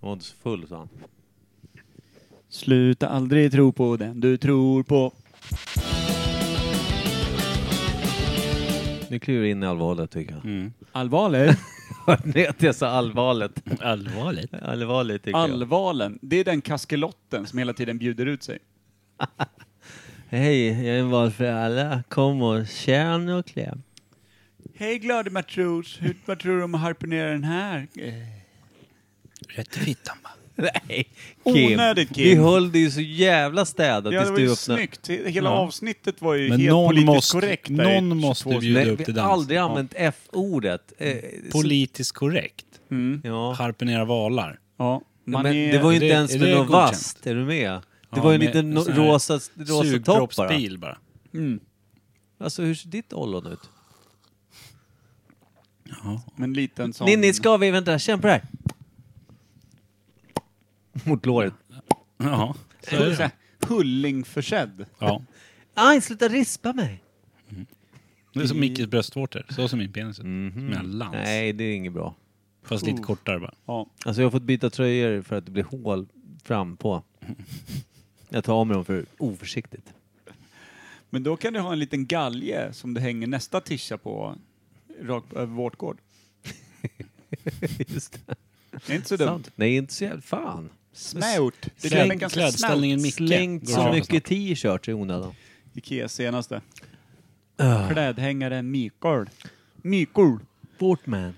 Han var inte så full, sa han. Sluta aldrig tro på den du tror på. Nu kliver du in i allvarligt, tycker jag. Allvarligt? Hörde ni att jag sa allvarligt? Allvarligt. Allvarligt, tycker jag. Allvalen. Det är den kaskelotten som hela tiden bjuder ut sig. Hej, jag är en val för alla. Kom och känn och kläm. Hej glade matros, hur, vad tror du om att harponera den här? Rätt i fittan bara. Nej, Kim. Onödigt Vi Kim. höll det ju så jävla städat Ja, det tills var du ju öppnade. snyggt. Hela Ja. avsnittet var ju Men helt någon politiskt måste, korrekt. där i någon måste 22 bjuda Nej, upp till vi dans. Mm. har aldrig använt F-ordet. Eh, Politiskt korrekt. ja. Harponera valar. Mm. Ja, man men är... det var ju inte är det- ens är med det något godkänt? vasst, är du med? Det Ja, var ju en med liten en no- sån här rosa, rosa topp bara. Sugproppsbil bara. Mm. Alltså hur ser ditt ollon ut? Men liten sån... Ninni, ska vi? Vänta, känn på det här. Mot låret. Ja. Så är Så det. här, Hullingförsedd. ja. Aj, sluta rispa mig! Det är som Mickes bröstvårtor. Så ser min penis ut. Som en lans. Mhm. Nej, Oh. det är inget bra. Fast lite kortare bara. Ja. Alltså jag har fått byta tröjor för att det blir hål fram på. Jag tar av mig dem för oförsiktigt. Men då kan du ha en liten galge som du hänger nästa tischa på, rakt över vårtgård. Just det. Det är inte så dumt. Sant. Nej, inte så jävla... Fan. Smärt. Det Kläd- är den ganska klädställningen snällt. Micke. Slängt Går så att köpa mycket t-shirts i onödan. Ah, Ikea senaste. Klädhängaren Mikael. Mikael. Vårt man.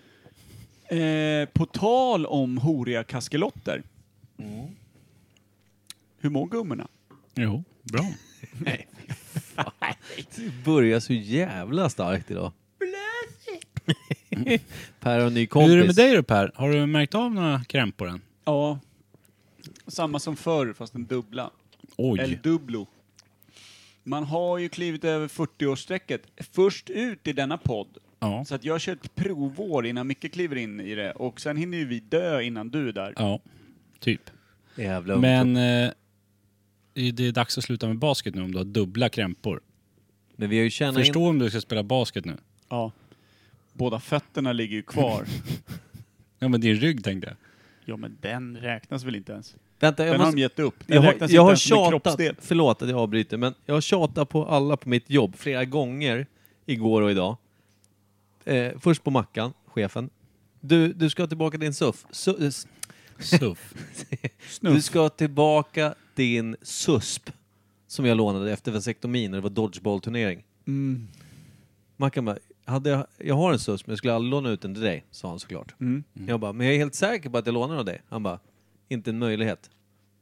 Eh, på tal om horiga kaskelotter. Mm. Hur mår gummorna? Jo, bra. Det börjar så jävla starkt idag. per har en ny kompis. Hur är det med dig då Per? Har du märkt av några krämpor än? Ja, samma som förr fast den dubbla. El Oj. Dublo. Man har ju klivit över 40-årsstrecket. Först ut i denna podd. Ja. Så att jag kör ett provår innan Micke kliver in i det. Och sen hinner ju vi dö innan du är där. Ja. Typ. Jävla men... Men eh, det är dags att sluta med basket nu om du har dubbla krämpor. men vi har ju tjänat in... Förstå om du ska spela basket nu. Ja. Båda fötterna ligger ju kvar. Ja men din rygg tänkte jag. ja men den räknas väl inte ens? Vänta, jag Den har de måste... gett upp. Den Jag har, räknas jag har inte ens med tjatat, kroppsdel. förlåt att jag avbryter, men jag har tjatat på alla på mitt jobb flera gånger igår och idag. Eh, först på Mackan, chefen. Du, du ska tillbaka din suff. Su- eh, s- Suff. du ska tillbaka din susp som jag lånade efter vasektomin när det var dodgeballturnering. Mm. Mackan bara, hade jag, jag har en susp men jag skulle aldrig låna ut den till dig, sa han såklart. Mm. Jag bara, men jag är helt säker på att jag lånar den av dig. Han bara, inte en möjlighet.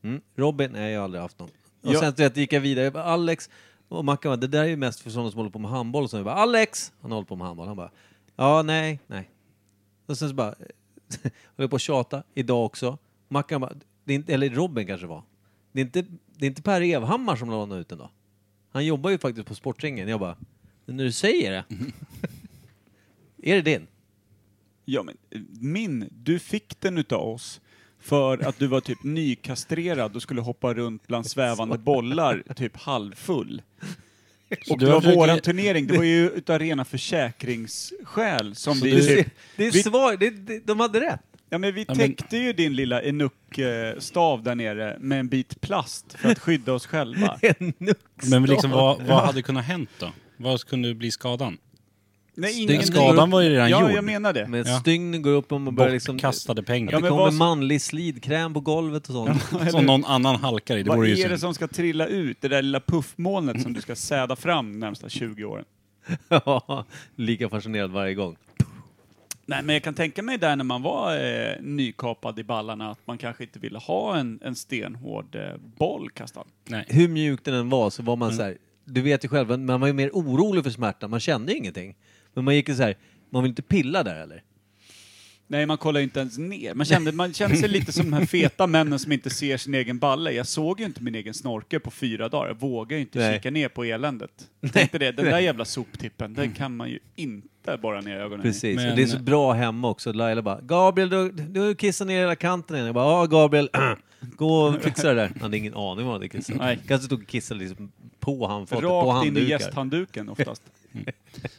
Mm. Robin, nej jag har aldrig haft någon. Och Ja. sen du vet, gick jag vidare, jag bara, Alex och Mackan bara, det där är ju mest för sådana som håller på med handboll. Så jag bara, Alex! Han håller på med handboll. Han bara, ja nej, nej. Och sen så bara, höll jag på att tjata idag också. Mackan bara, det är inte, eller Robin kanske det var. Det är inte, det är inte Per Evhammar som lånar ut den då? Han jobbar ju faktiskt på Sportringen. Jag bara, men när du säger det. är det din? Ja, men eh, min, du fick den utav oss för att du var typ nykastrerad och skulle hoppa runt bland svävande bollar, typ halvfull. Så och du det har var försökt- våran turnering, det var ju utav rena försäkringsskäl som vi du- typ... Det är Vi- svar, det, det, de hade rätt. Ja, men vi men- täckte ju din lilla enuck-stav där nere med en bit plast för att skydda oss själva. En nux. Men liksom vad, vad hade kunnat hänt då? Vad kunde bli skadan? Nej, Den skadan var ju redan ja, gjord. jag menar det. Men Ja. stygnen går upp om man börjar liksom... Bortkastade pengar. Det Ja, men kommer vad- manlig slidkräm på golvet och sånt. Som någon annan halkar i. Det Vad vore ju är synd. det som ska trilla ut? Det där lilla puffmolnet som du ska säda fram de närmsta 20 åren? Ja, Lika fascinerad varje gång. Nej, men jag kan tänka mig där när man var eh, nykapad i ballarna att man kanske inte ville ha en, en stenhård eh, boll kastad. Nej. Hur mjuk den än var så var man Mm. så här, du vet ju själv, men man var ju mer orolig för smärtan, man kände ju ingenting. Men man gick ju så här, man vill inte pilla där heller. Nej, man kollar ju inte ens ner. Man kände, man kände sig lite som de här feta männen som inte ser sin egen balle. Jag såg ju inte min egen snorkel på fyra dagar. Jag vågar ju inte Nej. kika ner på eländet. Jag tänkte det, den där jävla soptippen, den kan man ju inte bara ner ögonen i. Precis, och Men- det är så bra hemma också. Laila bara, Gabriel du, du kissar ner hela kanten igen. Jag bara, ja Gabriel, gå och fixa det där. Han hade ingen aning om vad han hade kissat. Nej. Kanske stod och kissade liksom på handfatet, på Rakt in i handdukar. gästhandduken oftast.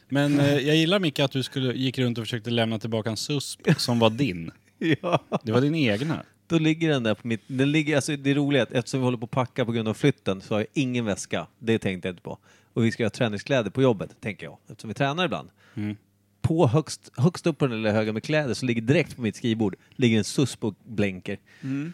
Men eh, jag gillar Micke att du skulle, gick runt och försökte lämna tillbaka en susp som var din. Ja. Det var din egna. Då ligger den där på mitt... Den ligger, alltså det är roligt att eftersom vi håller på att packa på grund av flytten så har jag ingen väska. Det tänkte jag inte på. Och vi ska ha träningskläder på jobbet, tänker jag. Eftersom vi tränar ibland. Mm. På högst, högst upp på den lilla högen med kläder så ligger direkt på mitt skrivbord ligger en susp och blänker. Mm.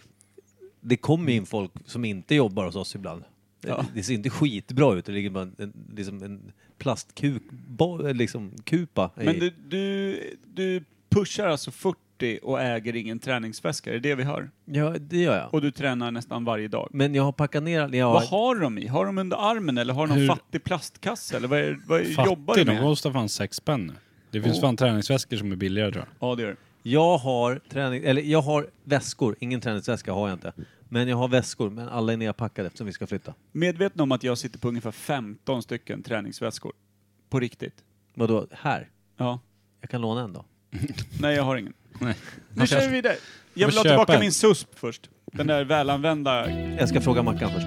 Det kommer ju in folk som inte jobbar hos oss ibland. Ja. Det ser inte skitbra ut. Det ligger bara en, en, liksom en plastkuk, ba, liksom kupa. i. Men du, du, du pushar alltså 40 och äger ingen träningsväska, det är det vi hör. Ja, det gör jag. Och du tränar nästan varje dag. Men jag har packat ner... all- Jag har, Vad har de i? Har de under armen eller har de någon Hur- fattig plastkasse? Eller vad, är, vad är, jobbar du Fattig, de med? kostar fan sex spänn nu. Det finns fan träningsväskor som är billigare tror jag. Ja, det gör det. Jag har träning, eller jag har väskor, ingen träningsväska har jag inte. Men jag har väskor, men alla är nerpackade eftersom vi ska flytta. Medveten om att jag sitter på ungefär 15 stycken träningsväskor. På riktigt. Vadå, här? Ja. Jag kan låna en då. Nej, jag har ingen. Nej. Nu kör vi vidare. Jag Man vill ha köper tillbaka en. min susp först. Den där välanvända... Jag ska fråga Mackan först.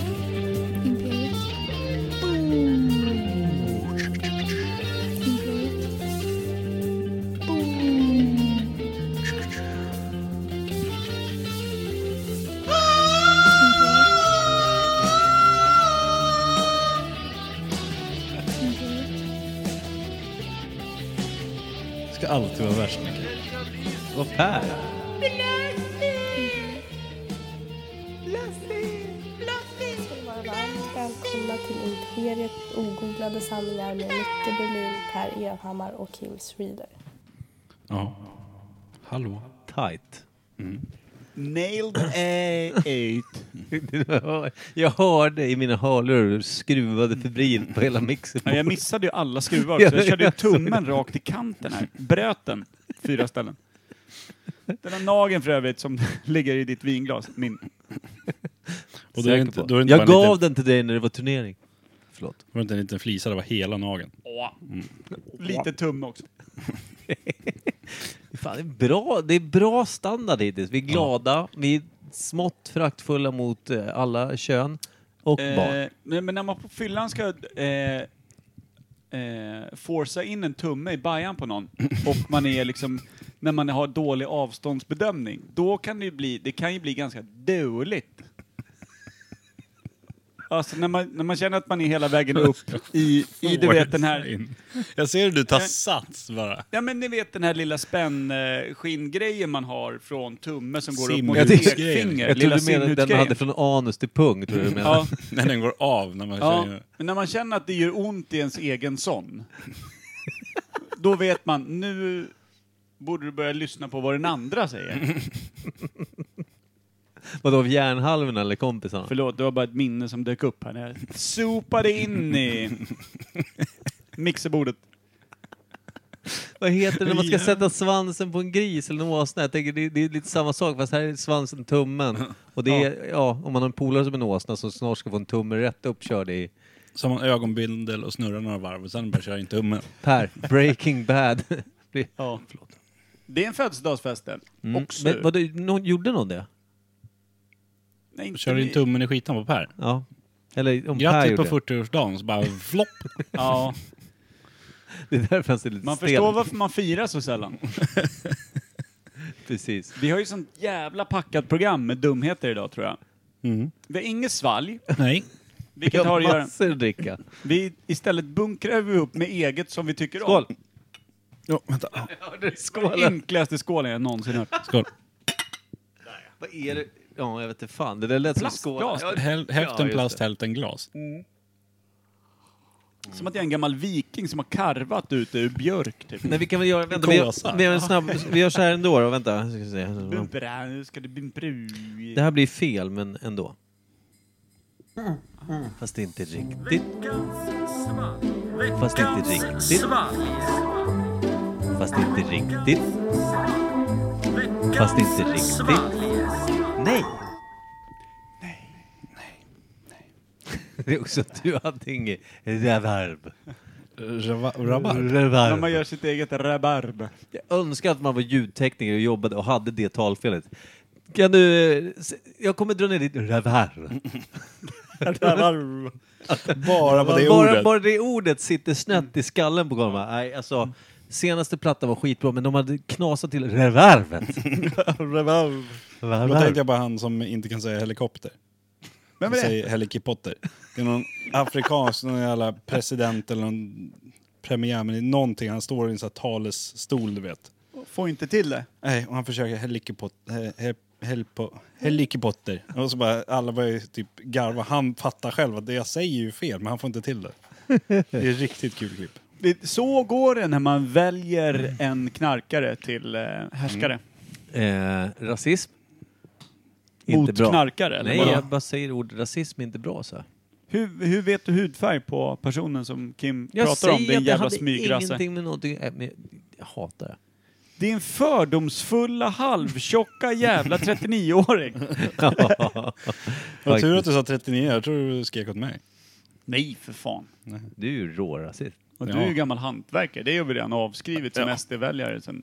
Imperiet. Imperiet. Ska alltid vara värst. Vad här? Ska ni vara varmt välkomna till Imperiet ogooglade sanningar med Micke Berlin, Per Evhammar och Kim Reader. Ja. Hallå? Tight. Nailed eight. Jag hörde i mina hörlurar hur du skruvade febrilt på hela mixen. Ja, jag missade ju alla skruvar också. Jag körde ju tummen rakt i kanten här. Bröt den. Fyra ställen. Den där nageln för övrigt som ligger i ditt vinglas. Min. Och då är Säker det inte, på. då är det inte jag bara en gav liten, den till dig när det var turnering. Förlåt. var det inte en liten flisa, det var hela nageln. Lite tumme också. Fan, det, är bra, det är bra standard hittills. Vi är glada, vi är smått föraktfulla mot eh, alla kön och barn. Eh, nej, men när man på fyllan ska eh, eh, forsa in en tumme i bajan på någon och man är liksom, när man har dålig avståndsbedömning, då kan det ju bli, det kan ju bli ganska dåligt. Alltså när man, när man känner att man är hela vägen upp i, i du vet den här Eh. In. Jag ser hur du tar sats bara. Ja men ni vet den här lilla spännskingrejen man har från tumme som går upp mot Simhutsgrejen. pekfinger. Jag trodde Lilla du menade den man simhutsgrejen. hade från anus till pung. Tror du du menade. Ja, När den går av när man ja. känner... Men när man känner att det gör ont i ens egen sån. Då vet man, nu borde du börja lyssna på vad den andra säger. Vadå, av järnhalvorna eller kompisarna? Förlåt, det var bara ett minne som dök upp här när jag sopade in i mixerbordet. Vad heter det när man ska sätta svansen på en gris eller en åsna? Jag tänker, det, det är lite samma sak fast här är svansen tummen. Och det är, ja, om man har en polare som är en åsna som snart ska få en tumme rätt uppkörd i... Så har man ögonbindel och snurrar några varv och sen bara kör in tummen. Per, Breaking Bad. Det- Ja, förlåt. Det är en födelsedagsfest den. Mm. Också. Men, vadå, någon, gjorde någon det? Nej, inte Kör in ni. tummen i skitan på Per. Ja. Eller om Per typ Grattis gjorde på det. 40-årsdagen, så bara flopp. Ja. Det är därför han ser lite Man stel förstår ut. varför man firar så sällan. Precis. Vi har ju sånt jävla packat program med dumheter idag tror jag. Vi har inget svalg, Nej. Jag vilket har har att göra... massor att dricka. Vi istället bunkrar vi upp med eget som vi tycker Skål! om. Ja, vänta. Skålen! Enklaste skålen jag någonsin hört. Skål. Vad är det? Ja, jag vet inte fan. Det där lät som skål. Plastglas. Ja, Häl- Ja, hälften just plast, det. hälften glas. Som att jag är en gammal viking som har karvat ute ur björk typ. Nej, vi kan väl göra... Vänta, vi, gör, Kåsa. vi, gör en snabb, vi gör så här ändå då. Vänta. Ska vi se. Bumpra, nu ska det bli en bru. Det här blir fel, men ändå. Fast det är inte riktigt. Fast det är inte riktigt. Fast det är inte riktigt. Fast det är inte riktigt. Nej! Det är också att du hade inget reverb. Rabarb. När man reverb. gör sitt eget rabarb. Jag önskar att man var ljudtekniker och jobbade och hade det talfelet. Kan du... eh, se- Jag kommer dra ner ditt reverb. Bara på det bara, ordet. bara det ordet sitter snett i skallen på Golma. Nej, alltså, senaste plattan var skitbra, men de hade knasat till revervet. Revolve. Då tänkte jag på han som inte kan säga helikopter. Vem är Han det? säger helikipotter. Det är någon afrikansk, någon jävla president eller någon premiärminister, någonting. Han står i en sån här talesstol, du vet. Får inte till det. Nej, och han försöker helikopter. He, he, helikopter. Och så bara alla börjar typ garva. Han fattar själv att det jag säger är ju fel, men han får inte till det. Det är ett riktigt kul klipp. det. Så går det när man väljer en knarkare till eh, härskare. Eh, rasism. Mot Inte bra. knarkare, eller Nej, vadå? jag bara säger ordet rasism är inte bra så. här. Hur, hur vet du hudfärg på personen som Kim Jag pratar säger om? Det är en att jag jävla hade smygrasse. ingenting med någonting... äh, men jag- Jag hatar det. Din fördomsfulla, halvtjocka jävla 39-åring. Vad tur Faktiskt. att du sa 39, jag tror du skrek åt mig. Nej, för fan. Du är ju rårasist. Och Ja. du är ju gammal hantverkare. Det är ju redan avskrivet som SD-väljare sen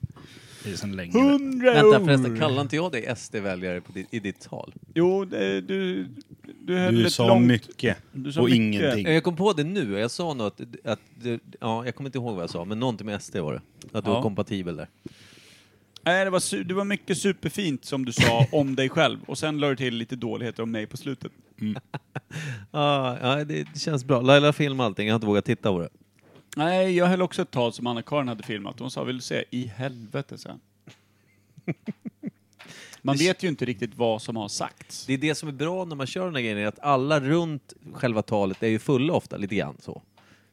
Det är sen länge. hundra Vänta år. förresten, kallar inte jag dig SD-väljare på ditt, i ditt tal? Jo, det, du, du höll Du ett sa långt... mycket Du sa och mycket. ingenting. Ja, Jag kom på det nu, jag sa nog att, att du- ja, jag kommer inte ihåg vad jag sa, men någonting med SD var det. Att du Ja. var kompatibel där. Nej, det var, su- det var mycket superfint som du sa om dig själv. Och sen la du till lite dåligheter om mig på slutet. Ja, Ah, ja, det känns bra. Laila filmade allting, jag har inte vågat titta på det. Nej, jag höll också ett tal som Anna-Karin hade filmat. Hon sa, vill du se? I helvete, sen. Man vet ju inte riktigt vad som har sagts. Det är det som är bra när man kör den här grejen, är att alla runt själva talet är ju fulla ofta, lite grann så.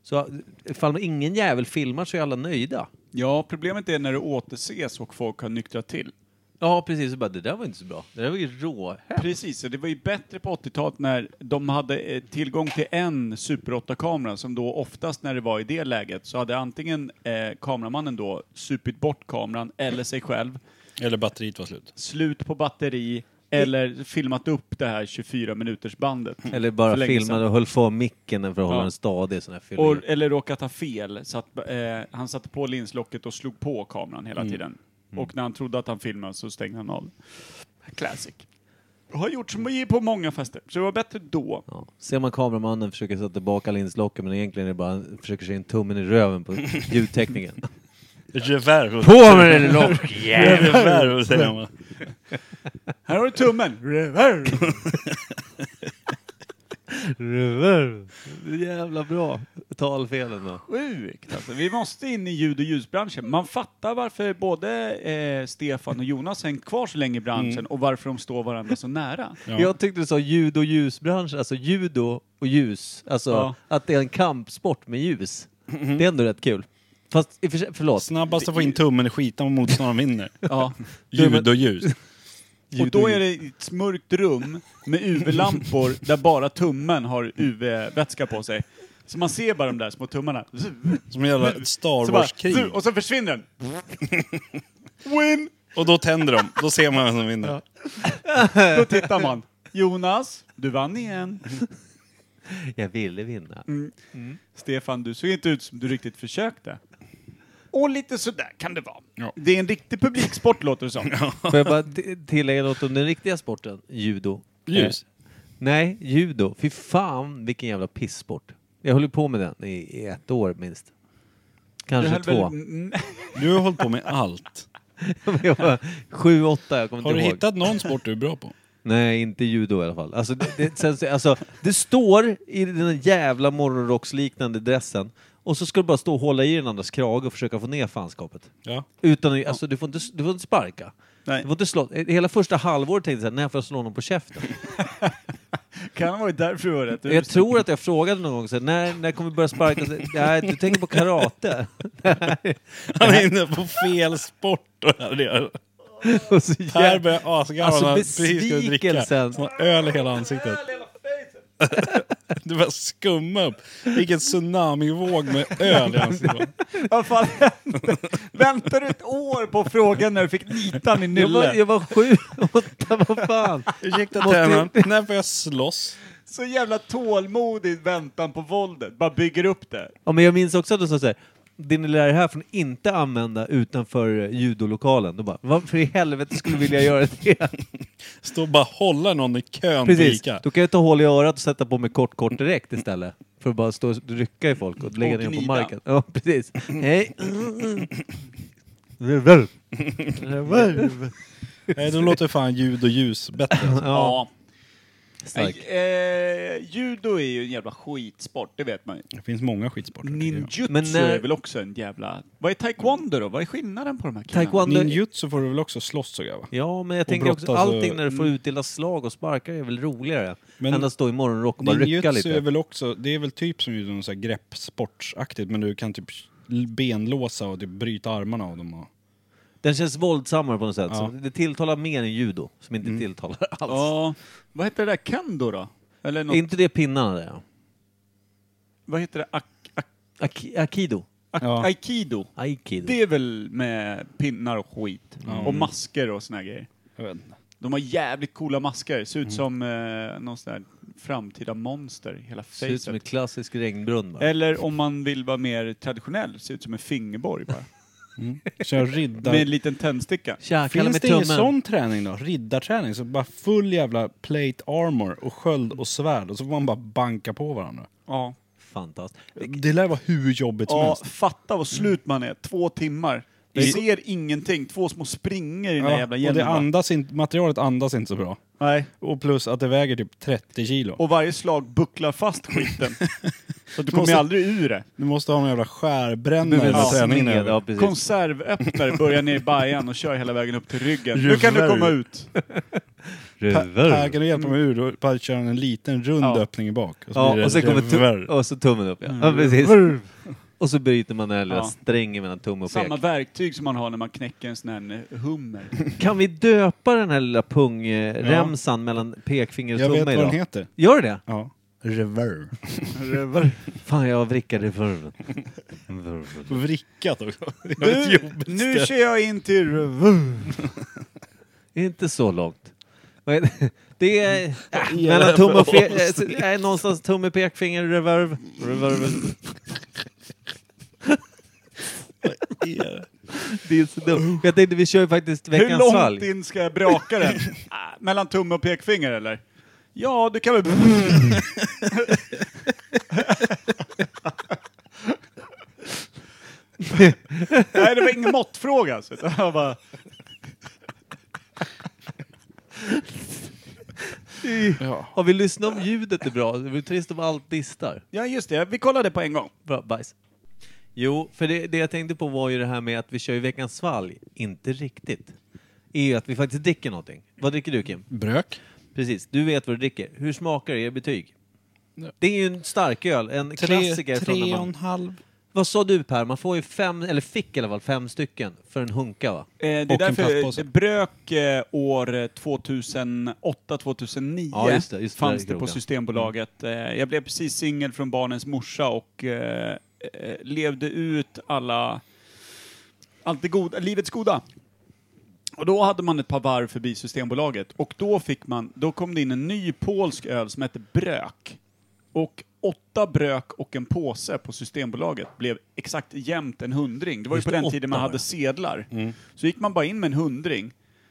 Så ifall ingen jävel filmar så är alla nöjda. Ja, problemet är när det återses och folk har nyktrat till. Ja, precis. Så bara, det där var inte så bra. Det där var ju rå. Precis, så det var ju bättre på 80-talet när de hade eh, tillgång till en Super 8-kamera som då oftast när det var i det läget så hade antingen eh, kameramannen då supit bort kameran eller sig själv, Eller batteriet var slut. slut på batteri eller filmat upp det här 24 minuters bandet. Eller bara För länge filmade sedan. och höll för micken för att hålla Ja. den stadig. Sån här fyllig. Och, eller råkat ha fel, så att eh, han satte på linslocket och slog på kameran hela tiden. Och när han trodde att han filmade så stängde han av. Classic. Har gjorts på många fester, så det var bättre då. Ja. Ser man kameramannen försöka sätta tillbaka linslocket men egentligen är det bara han försöker se in tummen i röven på ljudtekniken. Reverb. På med det lock! Reverb säger man. Här har du tummen! Reverb! Jävla bra. Talfelen då. Sjukt alltså. Vi måste in i ljud och ljusbranschen. Man fattar varför både eh, Stefan och Jonas hänger kvar så länge i branschen och varför de står varandra så nära. Ja. Jag tyckte du sa ljud och ljusbransch, alltså judo och ljus. Alltså Ja. att det är en kampsport med ljus. Det är ändå rätt kul. Fast i och för sig, förlåt. Snabbast att få in tummen i skitan om motståndaren vinner. Ja. Ljud och ljus. Och då är det i ett mörkt rum med UV-lampor där bara tummen har UV-vätska på sig. Så man ser bara de där små tummarna. Som en jävla Så Star bara, Wars-krig. och så försvinner den. Win! Och då tänder de. Då ser man vem som vinner. Då tittar man. Jonas, du vann igen. Jag ville vinna. Stefan, du såg inte ut som du riktigt försökte. Och lite sådär kan det vara. Ja. Det är en riktig publiksport låter det som. Får jag bara t- tillägga något om den riktiga sporten, judo? Ljus. Nej, judo. Fy fan vilken jävla pisssport. Jag höll ju på med den i, i ett år minst. Du Kanske höll två. väl- mm, Du har hållit på med allt. Jag var Sju, åtta, jag kommer Har du inte ihåg. hittat någon sport du är bra på? Nej, inte judo i alla fall. Alltså det, det, sen, så- alltså, det står i den där jävla morgonrocksliknande dressen och så ska du bara stå och hålla i den andras krage och försöka få ner fanskapet. Ja. Utan, alltså, du, får inte, du får inte sparka. Nej. Du får inte slå. Hela första halvåret tänkte jag såhär, när får jag slå honom på käften? Kan ha varit därför du var rätt Jag tror att jag frågade någon gång så här, när, när kommer vi börja sparka? Så, Nej, du tänker på karate. Han är inne på fel sport. och här gör- Och så Per jävla, börjar asgarva Alltså, när han precis ska dricka. besvikelsen. Så han har öl i hela ansiktet. Du börjar skumma upp. Vilken tsunamivåg med öl i ansiktet. Vad fan hände? Väntar du ett år på frågan när du fick nita min jag, var, nylle? jag var sju, åtta, vad fan. Ursäkta Måste- tränaren, när får jag slåss? Så jävla tålmodig väntan på våldet. Bara bygger upp det. Ja, men jag minns också att de sa såhär, det ni lär er här får ni inte använda utanför eh, judolokalen. Då bara, varför i helvete skulle du vilja göra det? Stå och bara hålla någon i kön på Precis, Ica. då kan jag ta hål i örat och sätta på mig kort kort direkt istället. För att bara stå och rycka i folk och lägga Och ner dem på gnida. marken. Ja, precis. Hej! Nej, då låter fan ljud och ljus bättre. Ja, stark. Nej, Eh, judo är ju en jävla skitsport, det vet man ju. Det finns många skitsporter. Ninjutsu Men eh, när- är väl också en jävla... Vad är taekwondo då? Vad är skillnaden på de här killarna? Taekwondo... Ninjutsu får du väl också slåss och va? Ja, men jag tänker också brottas allting och- när du får utdela slag och sparkar är väl roligare Men än att stå i morgonrock och bara rycka Ninjutsu lite. är väl också, det är väl typ som någon sån här greppsportsaktigt men du kan typ benlåsa och typ bryta armarna av dem och... Den känns våldsammare på något sätt. Ja. Mm. Så det tilltalar mer än judo, som inte tilltalar alls. Ja, vad heter det där? Kendo då? Eller något, Är inte det pinnarna där? ja? vad heter det? Ak, ak, Aki- Akido? ak, Ja. Aikido? Aikido? Det är väl med pinnar och skit. Och masker och såna här grejer. Jag vet inte. De har jävligt coola masker. Ser ut som eh, någon sån här framtida monster i hela Ser ut som en facet. klassisk regnbrunn bara. Eller om man vill vara mer traditionell, ser ut som en fingerborg bara. Kör Med en riddar... liten tändsticka. Tja, kalla Finns mig det ingen tummen. sån träning då? Riddarträning? Så bara full jävla plate armor och sköld och svärd och så får man bara banka på varandra. Ja. Fantastiskt. Det lär vara hur jobbigt som Ja, helst. fatta vad slut man är. Två timmar. Jag ser ingenting. Två små springer i den där jävla och det hjälmen. bara. andas inte, materialet andas inte så bra. Nej. Och plus att det väger typ 30 kilo. Och varje slag bucklar fast skiten. Så att du kommer Måste- ju aldrig ur det. Du måste ha en jävla skärbrännare Ja, när Ja, träningen är smed, ja, över. precis. Konservöppnare börjar ner i bajan och kör hela vägen upp till ryggen. Nu kan du Jävlar. komma ut. Per, per, kan du hjälpa mig ur? Då bara kör han en liten rund Ja. öppning i bak. Och så blir Ja, det och sen kommer revär. tum- och så tummen upp. Ja. Mm. Ja, precis. Och så bryter man den här lilla Ja. strängen mellan tumme och pek. Samma verktyg som man har när man knäcker en sån här eh, hummer. Kan vi döpa den här lilla pungremsan mellan pekfinger och Jag vet tumme vad idag? den heter. Gör det? Ja. Reverb. Fan, jag vrickade i vurven. Vrickat också. Det är ett Du, jobbigt nu ställe. kör jag in till... Det är Inte så långt. Vad är det? Det Mm. är äh, mellan tumme och fe- äh, så- äh, någonstans tumme, pekfinger, reverb. reverb. Det är så dumt. Jag tänkte vi kör ju faktiskt Hur veckans långt svalg. in ska jag braka den? Ah, Mellan tumme och pekfinger eller? Ja, du kan väl... Nej, det var ingen måttfråga. alltså, utan jag bara, Har vi lyssnat om ljudet är bra? Det vore trist om allt distar. ja, just det. Vi kollade på en gång. Bra, bajs. Jo, för det, det jag tänkte på var ju det här med att vi kör ju veckans svalg. Inte riktigt. Är ju att vi faktiskt dricker någonting. Vad dricker du Kim? Brök. Precis, du vet vad du dricker. Hur smakar det? Är det betyg? Det är ju en stark öl, en klassiker från när man... halv. Vad sa du Per? Man får ju fem, eller fick i alla fall fem stycken för en hunka va? Eh, det är Och en därför plastpåse. eh, Brök eh, år 2008-2009 Ja, just det, just det, där Mm. fanns i det på krogen. Systembolaget. Eh, jag blev precis singel från barnens morsa och eh, eh, levde ut alla, allt det goda, livets goda. Och då hade man ett par varv förbi Systembolaget och då fick man, då kom det in en ny polsk öl som hette Brök. Och åtta brök och en påse på Systembolaget blev exakt jämnt en hundring. Det var ju Just på det, den tiden man åtta Mm. hade bara. sedlar. Så gick man bara in med en hundring,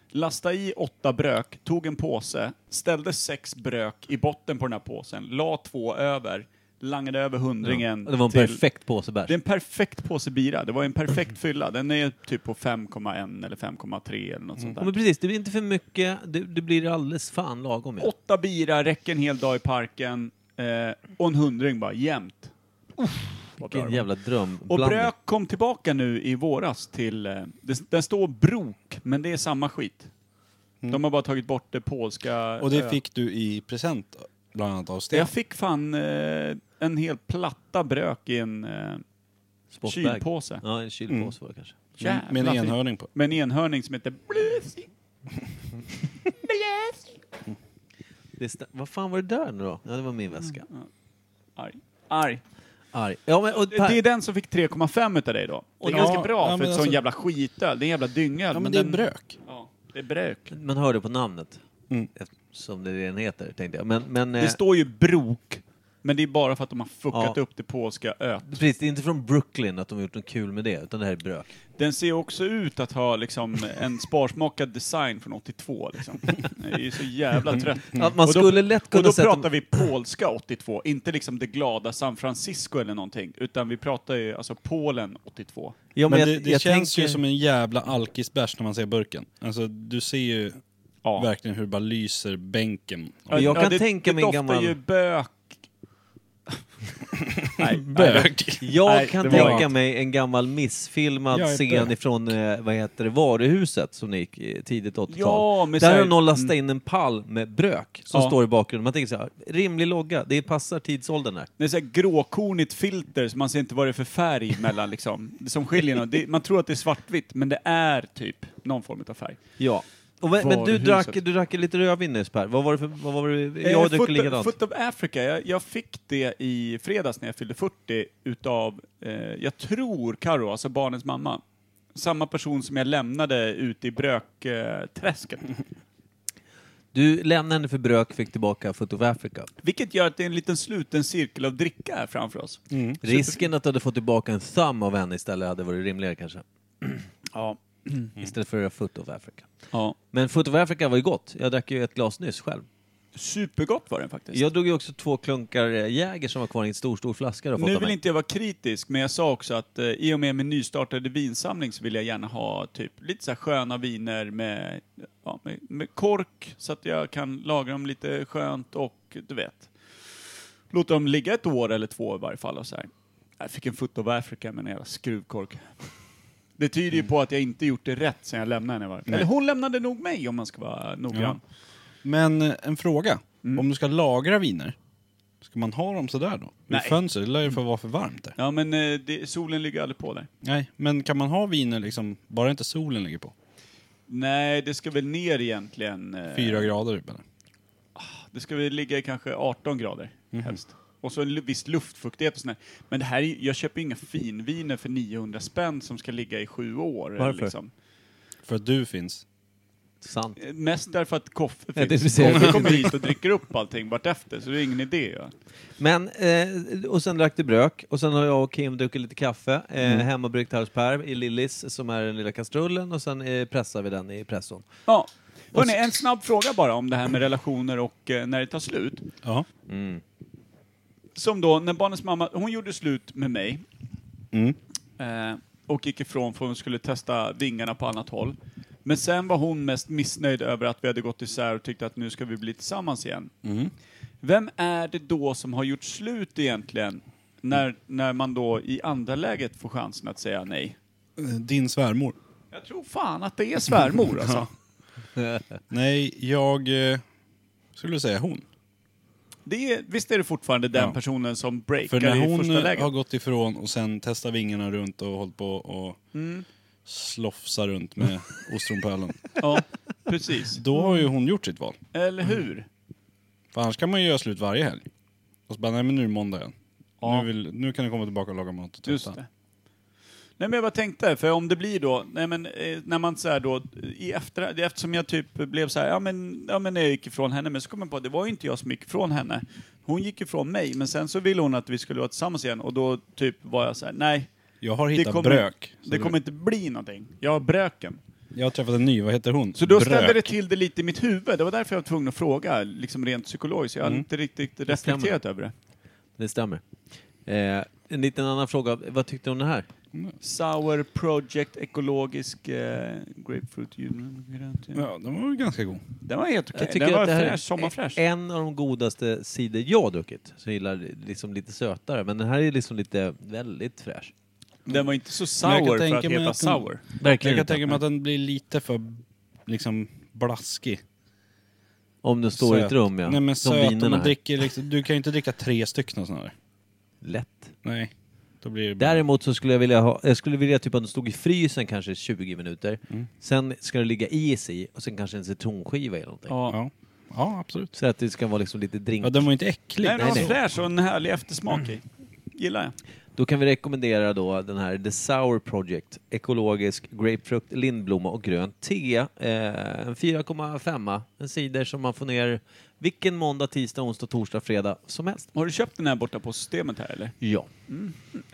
lastade i åtta brök, tog en påse, ställde sex brök i botten på den här påsen, la två över, langade över hundringen. Det var en till- perfekt påse bärs. Det är en perfekt påse bira. Det var en perfekt fylla. Den är typ på 5,1 eller 5,3 eller något Mm. sånt Ja, där. men precis, det blir inte för mycket, det, det blir alldeles fan lagom ja. Åtta bira, räcker en hel dag i parken eh, och en hundring bara jämt. Uff, Vilken jävla dröm. och Bland- Brök kom tillbaka nu i våras till... eh, det- Den står Brok, men det är samma skit. De har bara tagit bort det polska... Mm. Och ö. det fick du i present bland annat av Sten. Jag fick fan eh, en hel platta Brök i en eh, Sportbag. kylpåse. Ja, en kylpåse var det kanske. Jävla Med en fint. enhörning på. Med en enhörning som heter Blösi. Det sta- vad fan var det där nu då? Ja, det var min väska. Arg. Arg. Arg. Ja, men, och Mm. Det Per- är den som fick 3,5 utav dig då. Det är Ja, ganska bra ja, för men ett sån alltså- jävla skitöl. Det är en jävla dyngöl. Ja men det är Eh. den- brök. Ja, det är brök. Man hör det på namnet. Mm. Eftersom det är det den heter, tänkte jag. Men, men, eh, Det står ju Brok. Men det är bara för att de har fuckat Ja. upp det polska öt. Precis, det är inte från Brooklyn att de har gjort något kul med det, utan det här är brök. Den ser också ut att ha liksom en sparsmakad design från 82 liksom. Jag är ju så jävla trött. Att man Och då- skulle lätt Och kunna då sätta... pratar vi polska 82, inte liksom det glada San Francisco eller någonting, utan vi pratar ju alltså Polen 82. Ja, Men jag- det, det jag känns tänker- ju som en jävla alkisbärs när man ser burken. Alltså, du ser ju Ja. verkligen hur det bara lyser bänken. Ja, jag kan tänka det mig en doftar gammal- ju bök. nej, nej, Bög! Jag Nej, kan det var tänka inte. mig en gammal missfilmad Jag är scen bög. ifrån, eh, vad heter det, varuhuset som ni gick i tidigt 80-tal. Ja, med så Där här- har någon lastat in en pall med brök som Ja. står i bakgrunden. Man tänker så här, rimlig logga, det passar tidsåldern här. det är såhär gråkornigt filter så man ser inte vad det är för färg mellan liksom. Det som skiljer något. Det, man tror att det är svartvitt, men det är typ någon form av färg. Ja. Och, vad- men du Varuhuset. drack, du drack lite rödvin nyss Per, vad var det för, vad var det, jag Eh, drack Foot- likadant. Foot of Africa, jag, jag fick det i fredags när jag fyllde 40 utav, eh, jag tror Karo, alltså barnens mamma. Samma person som jag lämnade ute i brökträsket. Eh, träsket. Du lämnade henne för brök, fick tillbaka Foot of Africa. Vilket gör att det är en liten sluten cirkel av dricka här framför oss. Mm. Risken att du hade fått tillbaka en thumb av henne istället hade varit rimligare kanske. Mm. Ja. Istället för Foot of Africa. ja. Men Foot of Africa var ju gott. Jag drack ju ett glas nyss själv. Supergott var den faktiskt. Jag drog ju också två klunkar eh, Jäger som var kvar i en stor, stor flaska du har fått nu av vill mig. inte jag vara kritisk, men jag sa också att eh, i och med min nystartade vinsamling så vill jag gärna ha typ lite så här sköna viner med, ja, med, med kork så att jag kan lagra dem lite skönt och du vet, låta dem ligga ett år eller två i varje fall och så här. Jag fick en foot of Africa med en jävla skruvkork. Det tyder ju på att jag inte gjort det rätt sen jag lämnade henne. va? Eller hon lämnade nog mig om man ska vara noggrann. Men eh, en fråga. Mm. Om du ska lagra viner, ska man ha dem sådär då? Nej. I fönster? Det lär ju för vara för varmt där. Ja, men eh, det, solen ligger aldrig på där. Nej, men kan man ha viner liksom, bara inte solen ligger på? Nej, det ska väl ner egentligen. eh, Fyra grader typ eller? Det ska väl ligga i kanske 18 grader Mhm. helst. Och så en lu- viss luftfuktighet och sådär. Men det här är, ju- jag köper ju inga finviner för 900 spänn som ska ligga i sju år. eller Varför? Liksom. För att du finns. Sant. Eh, Mest därför att Koffe Ja, det finns. vill säga- Koffe kommer hit och dricker upp allting vartefter, så det är ingen idé. Ja. Men, eh, och sen drack du brök. Och sen har jag och Kim druckit lite kaffe. Eh, Mm. Hemmabryggt här hos Per i Lillis, som är den lilla kastrullen. Och sen eh, pressar vi den i presson. ja. Hörrni, en snabb fråga bara om det här med relationer och eh, när det tar slut. Ja. Som då, när barnens mamma, hon gjorde slut med mig. Mm. Eh, och gick ifrån för hon skulle testa vingarna på annat håll. Men sen var hon mest missnöjd över att vi hade gått isär och tyckte att nu ska vi bli tillsammans igen. Mm. Vem är det då som har gjort slut egentligen? När, när man då i andra läget får chansen att säga nej. Eh, Din svärmor. Jag tror fan att det är svärmor alltså. Nej, jag eh, skulle säga hon. Det är, visst är det fortfarande den Ja. personen som breakar För när i hon första eh, läget? har gått ifrån och sen testat vingarna runt och hållit på och Mm. slofsar runt med ostronpölen. Ja, precis. Då har ju hon gjort sitt val. Eller hur? För annars kan man ju göra slut varje helg. Och så bara, nej men nu är det måndag igen. Ja. Nu, vill, nu kan du komma tillbaka och laga mat och Just tvätta. det. Nej men jag bara tänkte, för om det blir då, nej men eh, när man så här då, i efter, eftersom jag typ blev så här, ja men, ja men jag gick ifrån henne, men så kom jag på att det var ju inte jag som gick ifrån henne. Hon gick ifrån mig, men sen så ville hon att vi skulle vara tillsammans igen och då typ var jag så här, nej, Jag har det hittat kommer, brök. Så det kommer inte bli någonting. Jag har bröken. Jag har träffat en ny, vad heter hon? Så då Brök. ställde det till det lite i mitt huvud, det var därför jag var tvungen att fråga, liksom rent psykologiskt. Jag har inte riktigt stämmer. reflekterat över det. Det stämmer. Eh, en liten annan fråga. Vad tyckte du om det här? Sour Project Ekologisk eh, Grapefruit Union. Ja, den var ju ganska god. Den var helt okej. Jag Eh, Den var det här fräsch, sommarfräsch. är en av de godaste cider jag har druckit. Så jag gillar liksom lite sötare. Men den här är liksom lite, väldigt fräsch. Den var inte så Men jag sour för kan tänka att mig heta att den- sour. Verkligen jag kan inte. tänka mig att den blir lite för liksom blaskig. Om den står i ett rum ja. Nej men Som söt, om vinerna man här. dricker liksom, du kan ju inte dricka tre stycken sådana här. Lätt. Nej, då blir det bara... Däremot så skulle jag vilja ha, jag skulle vilja typ att den stod i frysen kanske 20 minuter. Sen ska det ligga is i och sen kanske en citronskiva eller någonting. Ja. Ja. ja, absolut. Så att det ska vara liksom lite drink. Ja, den var ju inte äcklig. Alltså. Nej, den var nej. fräsch och en härlig eftersmak i. Gillar jag. Då kan vi rekommendera då den här The Sour Project, ekologisk grapefrukt, lindblomma och grönt te. Eh, en 4,5, en cider som man får ner vilken måndag, tisdag, onsdag, torsdag, fredag som helst. Har du köpt den här borta på systemet här eller? Ja.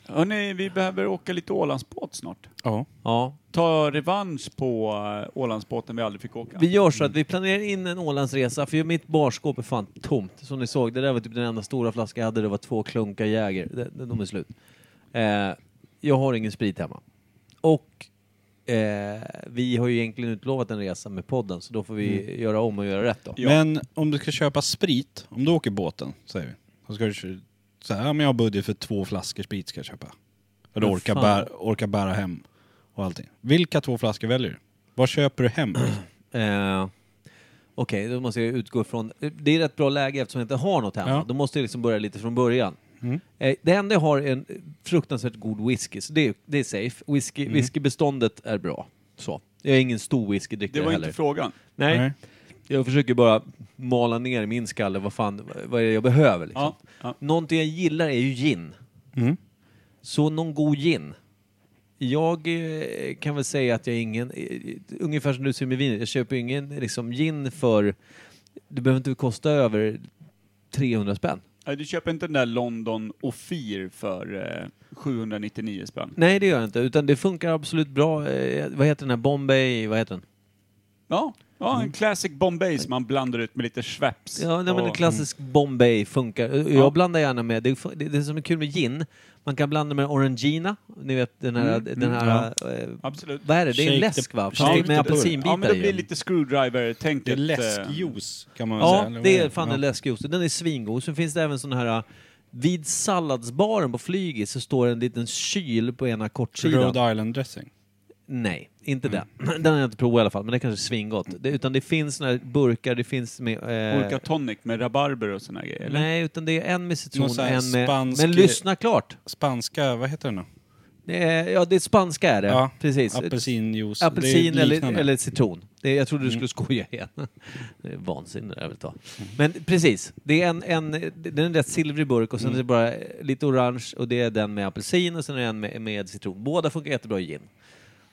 Hörrni, vi behöver åka lite Ålandsbåt snart. Ja. Ja. Ta revansch på eh, Ålandsbåten vi aldrig fick åka. Vi gör så att vi planerar in en Ålandsresa, för mitt barskåp är fan tomt. Som ni såg, det där var typ den enda stora flaska jag hade, det var två klunkar Jäger. De- de- De är slut. Eh, jag har ingen sprit hemma. Och eh, vi har ju egentligen utlovat en resa med podden, så då får vi göra om och göra rätt då. Ja. Men om du ska köpa sprit, om du åker båten, säger vi. Så ska du kö- så här, ja, men jag har budget för två flaskor sprit ska jag köpa. För du Men orkar, fan. bär, orkar bära hem och allting. Vilka två flaskor väljer du? Vad köper du hem? Eh, Okej, då måste jag utgå från... Det är rätt bra läge eftersom jag inte har något hemma. Ja. Då måste jag liksom börja lite från början. Eh, det enda jag har är en fruktansvärt god whisky, så det är, det är safe. Whisky, Whiskybeståndet är bra. Så. Jag är ingen stor Det whiskydrickare var heller. inte frågan. Nej. Jag försöker bara mala ner i min skalle vad fan, vad är det jag behöver liksom. Ja, ja. Någonting jag gillar är ju gin. Mm. Så någon god gin. Jag eh, kan väl säga att jag är ingen, eh, ungefär som du ser med vinet, jag köper ingen liksom, gin för, det behöver inte kosta över 300 spänn. Nej, Du köper inte den där London Ophir för eh, 799 spänn? Nej det gör jag inte, utan det funkar absolut bra. Eh, vad heter den här Bombay, vad heter den? Ja, ja en classic Bombay som man blandar ut med lite Schweppes. Ja, mm. nej, men en Och- klassisk Bombay funkar. Eh, Jag Ja. blandar gärna med, det, fun- det, det som är kul med gin, man kan blanda med Orangina, ni vet den här, den här eh, Absolut. vad är det, det är en Shake läsk the- va? Fast shake det är med the pulver. apelsinbitar Ja, men det i blir den. lite screwdriver-tänket. Det är eh, läskjuice kan man väl säga. Ja, eller vad det är fan Ja. en läskjuice. Den är svingod. Sen finns det även sån här, eh, vid salladsbaren på flyget så står det en liten kyl på ena kortsidan. Rhode Island dressing. Nej, inte Mm. den. Den har jag inte provat i alla fall, men det kanske är svingott. Det, utan det finns såna här burkar, det finns med... eh, Olika tonic med rabarber och såna grejer. Eller? Nej, utan det är en med Någon citron, sån här en med... spansk- Men lyssna klart! Spanska, vad heter den då? Det är, ja, det är spanska är det. Ja, Precis. Apelsinjuice. Apelsin det är eller, liknande. Mm. eller citron. Det, jag trodde du skulle skoja igen. Det är vansinne det där vill ta. Men precis, det är en, en, det är en rätt silvrig burk och sen Mm. är det bara eh, lite orange och det är den med apelsin och sen är det en med, med citron. Båda funkar jättebra i gin.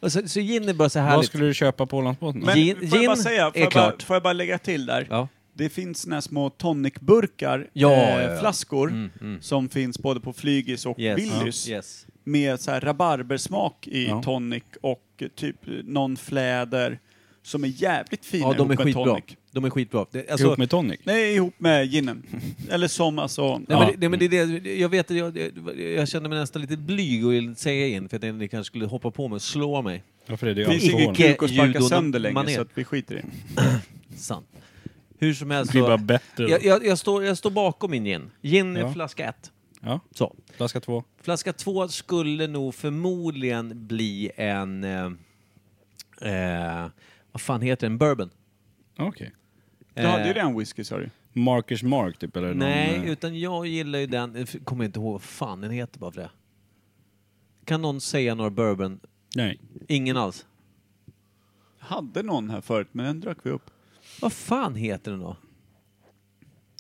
Och så, så gin är bara så Vad härligt. skulle du köpa på Ålandsbåten? då? Men Gin- får jag bara gin säga, får är jag bara, klart. får jag bara lägga till där. Ja. Det finns såna här små tonicburkar, Ja, eh, ja, ja. flaskor, Mm, mm. som finns både på Flygis och Yes. Willys. Yes. Med så här rabarbersmak i Ja. tonic och eh, typ någon fläder. Som är jävligt fina Ja, de är ihop med skitbra. tonic. De är skitbra. Det, Ihop alltså, med tonic? Nej, ihop med ginen. Eller som alltså... Nej, ja. men, det, nej, men det, är det, jag vet att jag, jag, jag kände mig nästan lite blyg och ville inte säga in för jag tänkte att ni kanske skulle hoppa på mig och slå mig. Varför är det Det finns ingen alkohol? Icke kuk att sparka judo- sönder längre manér. så att vi skiter i det. Sant. Hur som helst. Det är så- bara bättre. alltså. Jag, jag, jag, står, jag står bakom min gin. Gin är Ja. flaska ett. Ja, Så. flaska två. Flaska två skulle nog förmodligen bli en... Eh, eh, vad fan heter den? Bourbon? Okej. Du hade ju Eh, redan whisky sa du. Markers Mark typ eller någon, Nej, eh, utan jag gillar ju den... eh, Kommer jag inte ihåg vad fan den heter bara för det. Kan någon säga några bourbon? nej. Ingen alls. Jag hade någon här förut men den drack vi upp. Vad fan heter den då?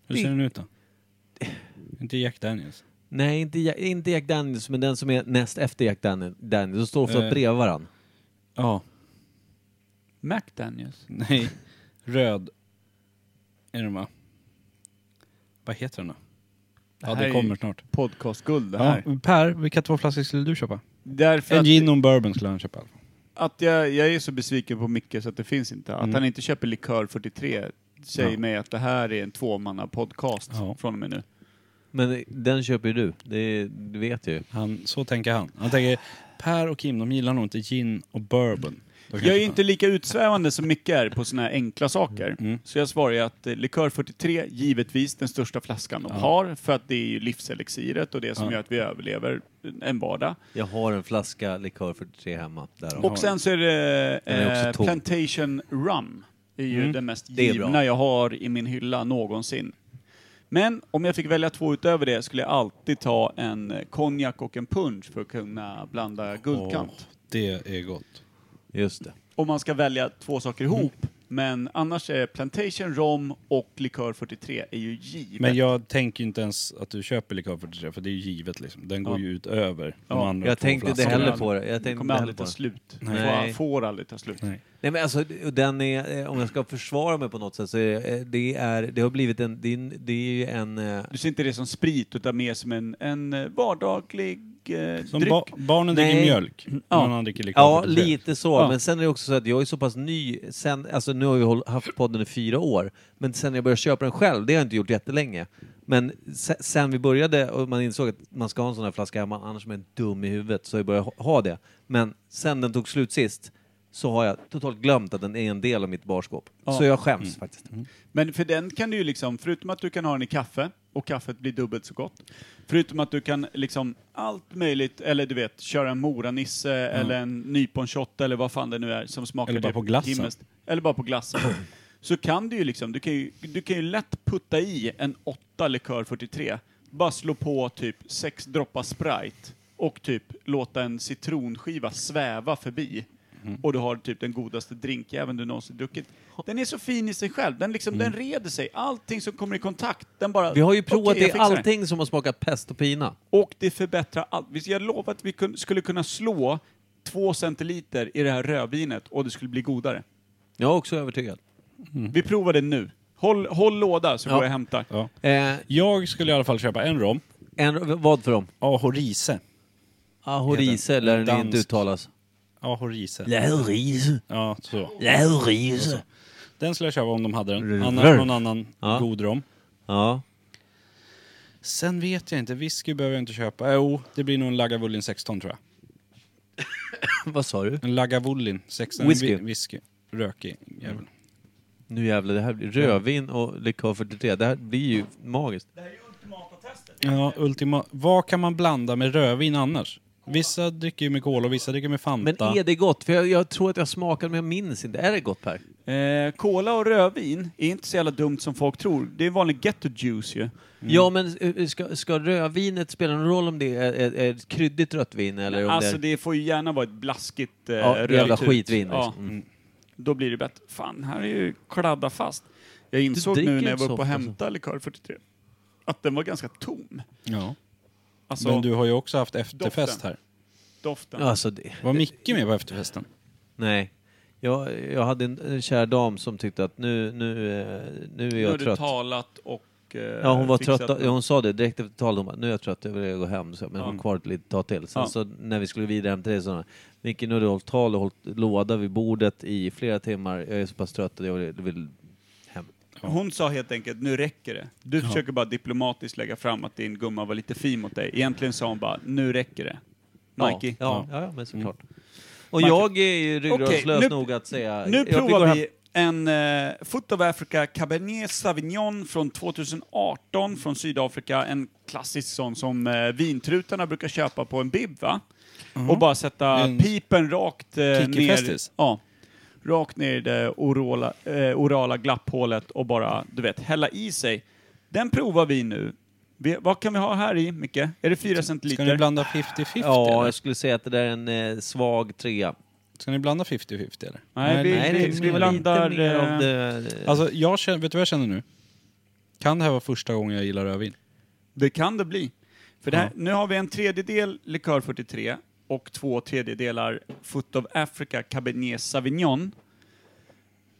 Hur ser den ut då? Inte Jack Daniels. Nej, inte, Ja- inte Jack Daniels, men den som är näst efter Jack Daniels. Daniels. De står ofta Eh. bredvid varandra. Ja. Mac Daniels. Nej. Röd. Är den va? Vad heter den då? Ja, här det är- kommer snart. Podcastguld det Ja, här. per, vilka två flaskor skulle du köpa? Därför En att, gin och en bourbon skulle han köpa. i alla fall. att jag, jag är så besviken på Micke så att det finns inte. Att han inte köper Likör 43 säger Mm. Ja. mig att det här är en tvåmanna-podcast Ja. från och med nu. Men den köper ju du. Det, det vet jag ju. Han, så tänker han. Han tänker, Per och Kim, de gillar nog inte gin och bourbon. Då kan Jag är köpa. inte lika utsvävande som Micke är på såna här enkla saker. Mm. Så jag svarar ju att eh, Likör 43, givetvis den största flaskan de har, för att det är ju livselixiret och det som Ja. gör att vi överlever en vardag. Jag har en flaska likör 43 hemma. Där Och sen så är det Den är också eh, tom. Mm. Plantation Rum. Det är ju den mest Det är bra. givna jag har i min hylla någonsin. Men om jag fick välja två utöver det skulle jag alltid ta en eh, konjak och en punch för att kunna blanda guldkant. Åh, det är gott. Just det. Mm. Om man ska välja två saker ihop Men annars är Plantation, rom och likör 43 är ju givet. Men jag tänker ju inte ens att du köper likör 43 för det är ju givet liksom. Den går Ja. ju ut över de Ja, andra Jag två tänkte inte flaskorna. heller på det. Jag tänkte Den inte kommer heller aldrig på ta det. slut. Nej. Får, får aldrig ta slut. Nej. Nej, men alltså, och den är, eh, om jag ska försvara mig på något sätt så är det, eh, det, är, det har blivit en, det är, en- det är ju en... eh, Du ser inte det som sprit utan mer som en, en eh, vardaglig eh, Som dryck. ba barnen dricker Nej. Mm, mjölk, Ja. någon annan dricker likör Ja, 43. lite så. Ja. Men sen är det också så att jag är så pass ny, sen, alltså nu har vi håll- haft podden i fyra år, men sen jag började köpa den själv, det har jag inte gjort jättelänge. Men se- sen vi började och man insåg att man ska ha en sån här flaska hemma, annars är man dum i huvudet, så har jag började ha det. Men sen den tog slut sist, så har jag totalt glömt att den är en del av mitt barskåp. Ja. Så jag skäms faktiskt. Men för den kan du ju liksom, förutom att du kan ha den i kaffe och kaffet blir dubbelt så gott. Förutom att du kan liksom allt möjligt, eller du vet, köra en moranisse eller en nyponshot eller vad fan det nu är som smakar Eller bara typ på glassen. himmelskt. Eller bara på glassen. så kan du ju liksom, du kan ju, du kan ju lätt putta i en 8 likör 43. Bara slå på typ sex droppar Sprite och typ låta en citronskiva sväva förbi. Mm. Och du har typ den godaste drinkjäveln du någonsin druckit. Den är så fin i sig själv. Den, liksom, den reder sig. Allting som kommer i kontakt, den bara... Mm. Vi har ju provat "Okej, jag det, fixar det." allting som har smakat pest och pina. Och det förbättrar allt. Visst, Jag lovar att vi kun, skulle kunna slå två centiliter i det här rödvinet och det skulle bli godare. Jag är också övertygad. Vi provar det nu. Håll, håll låda så Ja. går jag och hämtar. Ja. Eh, Jag skulle i alla fall köpa en rom. en, vad för dem? Ahorise. Ahorise lär den Dansk. inte uttalas. Ahorise. Lauris, Ja, så. Lauris. Den skulle jag köpa om de hade den. Rrr. Annars någon annan Ja. god rom. Ja. Sen vet jag inte, whisky behöver jag inte köpa. Jo, det blir nog en Lagavulin 16 tror jag. Vad sa du? En Lagavulin 16. Whisky. en vi- Whisky. Rökig jävel. Nu jävlar, det här blir rödvin och likör 43. Det här blir ju magiskt. Ja, ultima. Vad kan man blanda med rödvin annars? Vissa dricker ju med cola och vissa dricker med Men Fanta. är det gott? För jag, jag tror att jag smakade men jag minns inte. Är det gott Per? Eh, cola och rödvin är inte så jävla dumt som folk tror. Det är vanlig ghetto juice ju. Ja men eh, ska, ska rödvinet spela någon roll om det är, är, är ett kryddigt rött vin eller om Alltså det det får ju gärna vara ett blaskigt eh, är ja, jävla rödvin. skitvin? Ja. Liksom. Mm. Då blir det bättre. Fan, här är ju kladda fast. Jag insåg dricker nu när inte alltså. jag var så uppe och ofta, hämtade likör 43 att den var ganska tom. Ja. Alltså Men du har ju också haft efterfest Doften. här. doften. Alltså, det, Var Micke med på efterfesten? nej. Jag, jag hade en, en kär dam som tyckte att nu, nu, eh, nu är nu har jag du trött. talat och eh, Ja, hon var fixat trött. den. Ja, hon sa det direkt efter talet. Hon bara, nu är jag trött, jag vill gå hem. Så, jag, men Ja. hon har kvar ett litet tag till. Sen Ja. så när vi skulle vidare hem till dig så sa hon, Micke, nu har du hållit tal och hållit låda vid bordet i flera timmar. Jag är så pass trött att jag vill, vill hem. Hon sa helt enkelt, nu räcker det. Du försöker bara diplomatiskt lägga fram att din gumma var lite fin mot dig. Egentligen sa hon bara, nu räcker det. Mikey. Mm. Ja, ja, ja men såklart. Och Mikey. jag är ju ryggradslös Okej, nu- nog att säga... Nu jag, vi går provar hem. vi en eh, Foot of Africa Cabernet Sauvignon från 2018 från Sydafrika. En klassisk sån som eh, vintrutarna brukar köpa på en bib, va? Och bara sätta En- pipen rakt eh, Kiki ner... Festis. Ja. Rakt ner i det orala, eh, orala glapphålet och bara, du vet, hälla i sig. Den provar vi nu. Vi, vad kan vi ha här i, Micke? Är det fyra Ska ni centiliter? blanda 50-50 Ja, eller? jag skulle säga att det där är en eh, svag trea. Ska ni blanda 50-50 eller? Nej, vi, Nej, vi, det vi blir väl lite blandar... mer av eh, det... Alltså, jag känner, vet du vad jag känner nu? Kan det här vara första gången jag gillar rödvin? Det kan det bli. För det här, nu har vi en tredjedel likör 43 och två tredjedelar Foot of Africa Cabernet Sauvignon.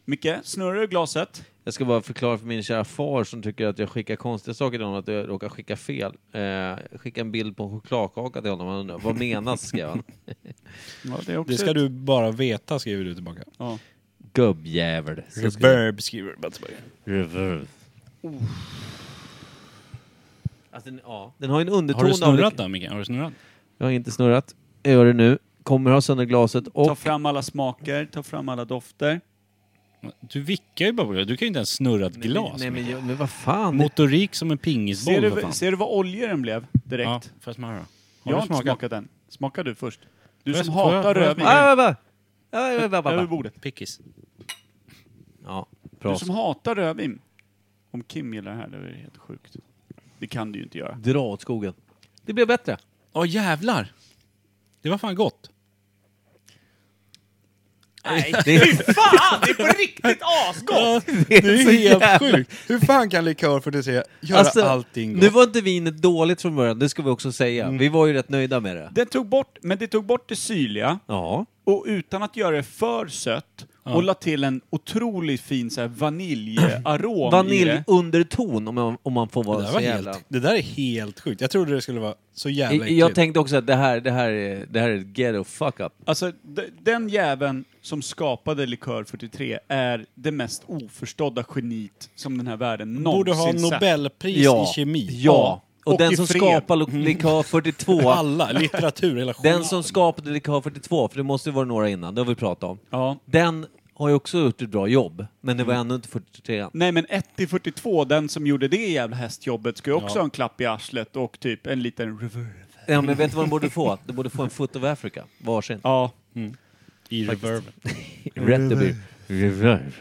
Micke, snurrar du glaset? Jag ska bara förklara för min kära far som tycker att jag skickar konstiga saker till honom, att jag råkar skicka fel. Eh, skicka en bild på en chokladkaka till honom, han undrar vad menas, skrev han. Ja, det, är också Det ska du bara veta skriver du tillbaka. Ja. Gubbjävel. Så ska- Reverb skriver du bara tillbaka. Reverb. Alltså, den, ja, den har ju en Har du underton av... snurrat då Micke? Har du snurrat? Jag har inte snurrat. Jag gör det nu. Kommer ha sönder glaset Ta och... fram alla smaker, ta fram alla dofter. Du vickar ju bara på det. Du kan ju inte ens snurra ett glas. Nej, men, Micke. jag, men vad fan. Motorik som en pingisboll Ser för du, fan. ser du vad oljig den blev direkt? Ja, får jag smaka då? Har jag har du inte smakat? smakat den. Smakar du först. Du Får jag- som får jag- hatar får jag rödvin. smaka? Ah, va, va, va, va, va, Över va. bordet. Pickis. Ja, Du bra. som hatar rödvin. Om Kim gillar det här, det är helt sjukt. Det kan du ju inte göra. Dra åt skogen. Det blev bättre. Åh jävlar! Det var fan gott. Nej, Det är- fy fan! Det är på riktigt asgott! Det Det är så helt jävla- sjukt. Hur fan kan likör för det se, göra Alltså, allting Nu gott? Mm. var inte vinet dåligt från början, det ska vi också säga. Vi var ju rätt nöjda med det. Det tog bort, men det tog bort det syrliga Ja. och utan att göra det för sött och la till en otroligt fin så här, vaniljarom i det. Vaniljunderton om, man- om man får Det vara där, så var jävla... helt, det där är helt sjukt. Jag trodde det skulle vara så jävla I- äckligt. Jag tänkte också att det här, det här, är, det här är ett ghetto fuck up. Alltså, d- den jäveln som skapade Likör 43 är det mest oförstådda geniet som den här världen någonsin Borde ha sett. Nobelpris i kemi. Ja. Och, Och i den som fred. skapade Likör 42, Mm. Alla, litteratur, hela skiten. den som skapade Likör 42, för det måste ju vara några innan, det har vi pratat om. Ja. Den har ju också gjort ett bra jobb, men Mm. det var ännu inte 43 Nej men 1 till 42, den som gjorde det jävla hästjobbet ska ju också ha en klapp i arslet och typ en liten reverb. Ja, men vet du vad de borde få? De borde få en Foot of Africa, varsin. Ja. I reverb. Rätt och bild. Reverb.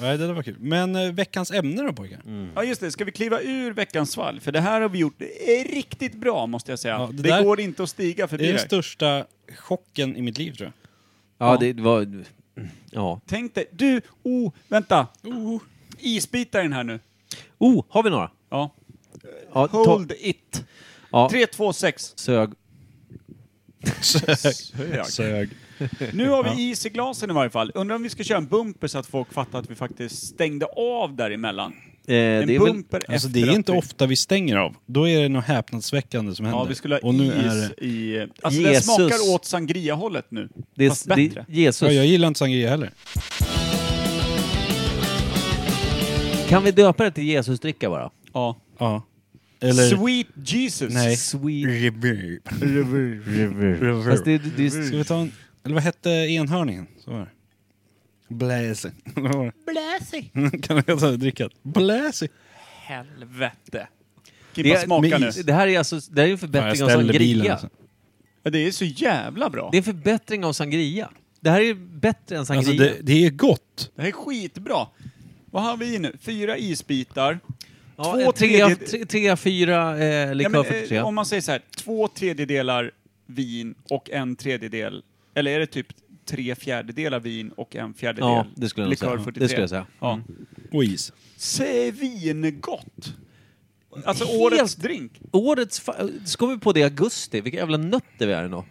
Nej, det där var kul. Men eh, veckans ämne då pojkar? ja, just det. Ska vi kliva ur veckans svalg? För det här har vi gjort eh, riktigt bra måste jag säga. Ja, det det där- går inte att stiga Det förbi är den det. största chocken i mitt liv tror jag. Ja, det var... Ja. Tänk dig, du, oh, vänta. Isbitaren här nu. Oh, har vi några? Ja. Ja, ta- Hold it. Ja. 3, 2, 6. Sög. Eh, Sög. Nu har vi is i glasen i varje fall. Undrar om vi ska köra en bumper så att folk fattar att vi faktiskt stängde av däremellan. Eh, det En är väl... bumper Alltså efter det är att inte vi- ofta vi stänger av. Då är det något häpnadsväckande som händer. Ja, vi skulle ha Och nu is är det... i... Alltså Jesus. det smakar åt sangria-hållet nu. Det är, fast det bättre. är Jesus. Ja, jag gillar inte sangria heller. Kan vi döpa det till Jesusdricka bara? Ja. Ja. Eller... Sweet Jesus. Nej. Sweet Reverb. River. Fast det, det, det, Ska vi ta en... Eller vad hette enhörningen? Så var det. Bläse. Bläsig. kan jag ta dricka? Bläse. Helvete. Kippa, det, smaka nu. det, det här är alltså, det här är en förbättring av sangria. alltså. Ja, Det är så jävla bra. Det är en förbättring av sangria. Det här är bättre än sangria. Alltså det, det är gott. Det här är skitbra. Vad har vi i nu? Fyra isbitar. ja, två eh, tre, tredje- tre, tre, fyra eh, Ja, likör men, eh, 43. om man säger så här, två tredjedelar vin och en tredjedel, eller är det typ tre fjärdedelar vin och en fjärdedel Ja, det skulle jag nog likör säga. 43? Det skulle jag säga. Mm. Ja. Och is. Svingott! Alltså Helt- årets drink. Årets... Fa- så kom vi på det i augusti. Vilka jävla nötter vi är ändå.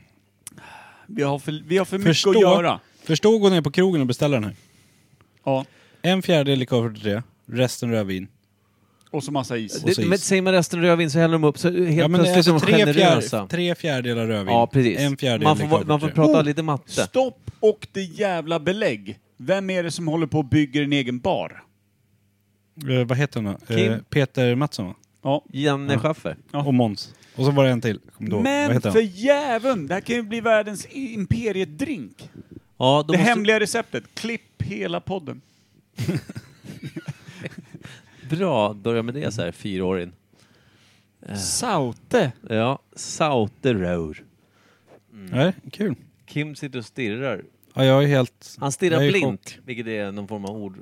Vi har för, vi har för mycket Förstå, att göra. förstå att gå ner på krogen och beställa den här. Ja. En fjärdedel likör 43, resten rödvin. Och så massa is. Och Det, så is. men säger man resten rödvin så häller de upp så helt Ja, men plötsligt alltså, är de tre, generösa. fjär, tre fjärdedelar rödvin. ja, precis. En fjärdedel man, får, likör va- man får 43. prata Oh, lite matte. Stopp och det jävla belägg. Vem är det som håller på och bygger en egen bar? Eh, vad heter han då? Kim. Eh, Peter Mattsson va? Ja. Janne Schaffer. Ja. Och Måns. Och så var det en till. Kommer du ihåg? Vad Men heter för han? jäveln, det här kan ju bli världens imperiedrink. Ja, då Det måste- hemliga receptet, klipp hela podden. Bra, börja med det så här fyra år in. Saute. Ja, Sauterör. Nej, kul. Kim sitter och stirrar. Ja, jag är helt... Han stirrar Jag är i blint, vilket är någon form av ord.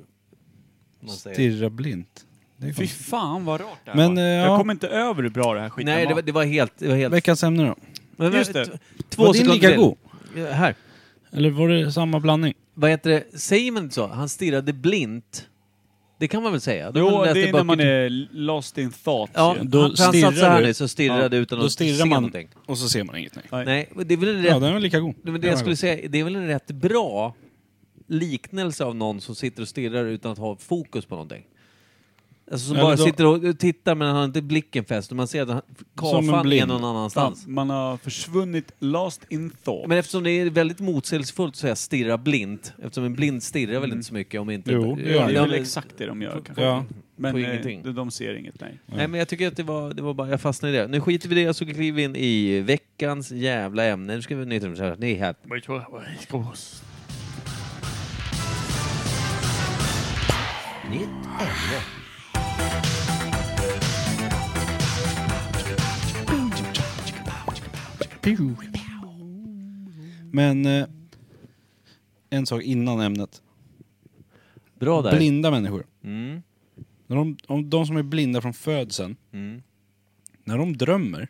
Man säger. Stirra blint. Det är Fy konstigt. fan vad rart det här Men, var. eh, Jag ja. kommer inte över hur bra det här skiten Nej, det var, det var helt... Det var helt Veckans ämne då? men, just det. t- var Två din sekunder lika till. god? Ja, Här. Eller var det samma blandning? Vad heter det? Säger man inte så? Han stirrade blint. Det kan man väl säga? Då har man Jo, läst det är när böcker man till- är lost in thoughts. Ja, ju. då Då han, för han stirrar satt så här du. nu så stirrade Ja, utan Då att se stirrar man någonting. och så ser man inget. Nej. Nej, men det är väl en Ja, rätt, den var lika god. det, var det Den jag var skulle god. säga, det är väl en rätt bra liknelse av någon som sitter och stirrar utan att ha fokus på någonting. Alltså som Ja, bara men då- sitter och tittar men han har inte blicken fäst och man ser att han- karfan är blind. någon annanstans. Man har försvunnit lost in thought. Men eftersom det är väldigt motsägelsefullt så är jag stirra blint. Eftersom en blind stirrar väl inte så mycket om inte... Mm. Jo, det Ja, gör han. det är ja, väl men- exakt det de gör kanske. Ja. Men På eh, ingenting. de- de ser inget, nej. Mm. Nej men jag tycker att det var, det var bara, jag fastnade i det. Nu skiter vi i det så kliver vi in i veckans jävla ämne. Nu ska vi nytt ämne. Ni är här. Men eh, en sak innan ämnet. Bra där. Blinda människor. Mm. När de, om de som är blinda från födseln, Mm. när de drömmer,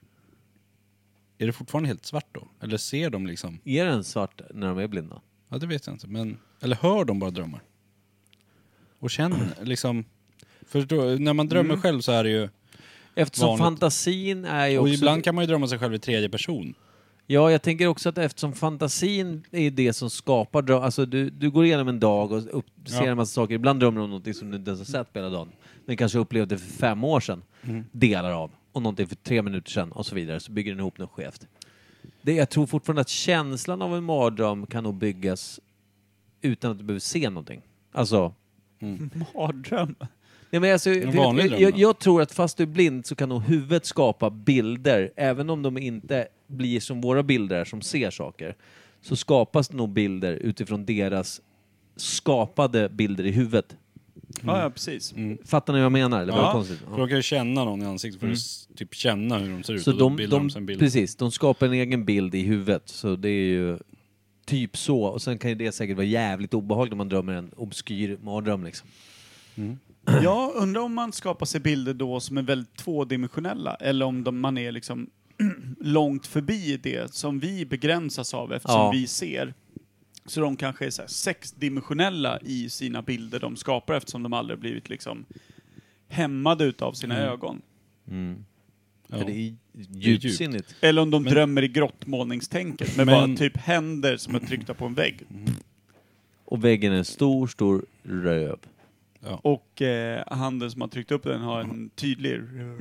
är det fortfarande helt svart då? Eller ser de liksom? Är den svart när de är blinda? Ja, det vet jag inte. Men, eller hör de bara drömmar? Och känner liksom... Förstår, när man drömmer själv så är det ju... Eftersom Vanligt. fantasin Mm. är ju Och också... ibland kan man ju drömma sig själv i tredje person. Ja, jag tänker också att eftersom fantasin är det som skapar dröm... Alltså du, du går igenom en dag och upp, ser en massa saker. Ibland drömmer du om någonting som du inte ens har sett på hela dagen. Men kanske upplevde för fem år sedan. Delar av. Och någonting för tre minuter sedan och så vidare. Så bygger den ihop något skevt. Det, jag tror fortfarande att känslan av en mardröm kan nog byggas utan att du behöver se någonting. Alltså, Mardröm. Nej, men alltså, för vanlig jag, dröm, jag, då? jag tror att fast du är blind så kan nog huvudet skapa bilder, även om de inte blir som våra bilder är som ser saker. Så skapas det nog bilder utifrån deras skapade bilder i huvudet. Ja, ja, precis. Fattar ni vad jag menar? Eller var det konstigt? För de kan ju känna någon i ansiktet Mm. för att s- typ känna hur de ser ut. Så och då de, bildar de, sig en bild. precis, de skapar en egen bild i huvudet. Så det är ju typ så. Och sen kan ju det säkert vara jävligt obehagligt om man drömmer en obskyr mardröm liksom. Jag undrar om man skapar sig bilder då som är väldigt tvådimensionella eller om de, man är liksom långt förbi det som vi begränsas av eftersom Ja. vi ser. Så de kanske är så här sexdimensionella i sina bilder de skapar eftersom de aldrig blivit liksom hämmade utav sina Mm. ögon. Ja. För det är djupsinnigt. Eller om de Men- drömmer i grottmålningstänket med Men- Mm. bara typ händer som är tryckta på en vägg. Och väggen är en stor, stor röv. Och eh, handen som har tryckt upp den har en tydlig... Mm.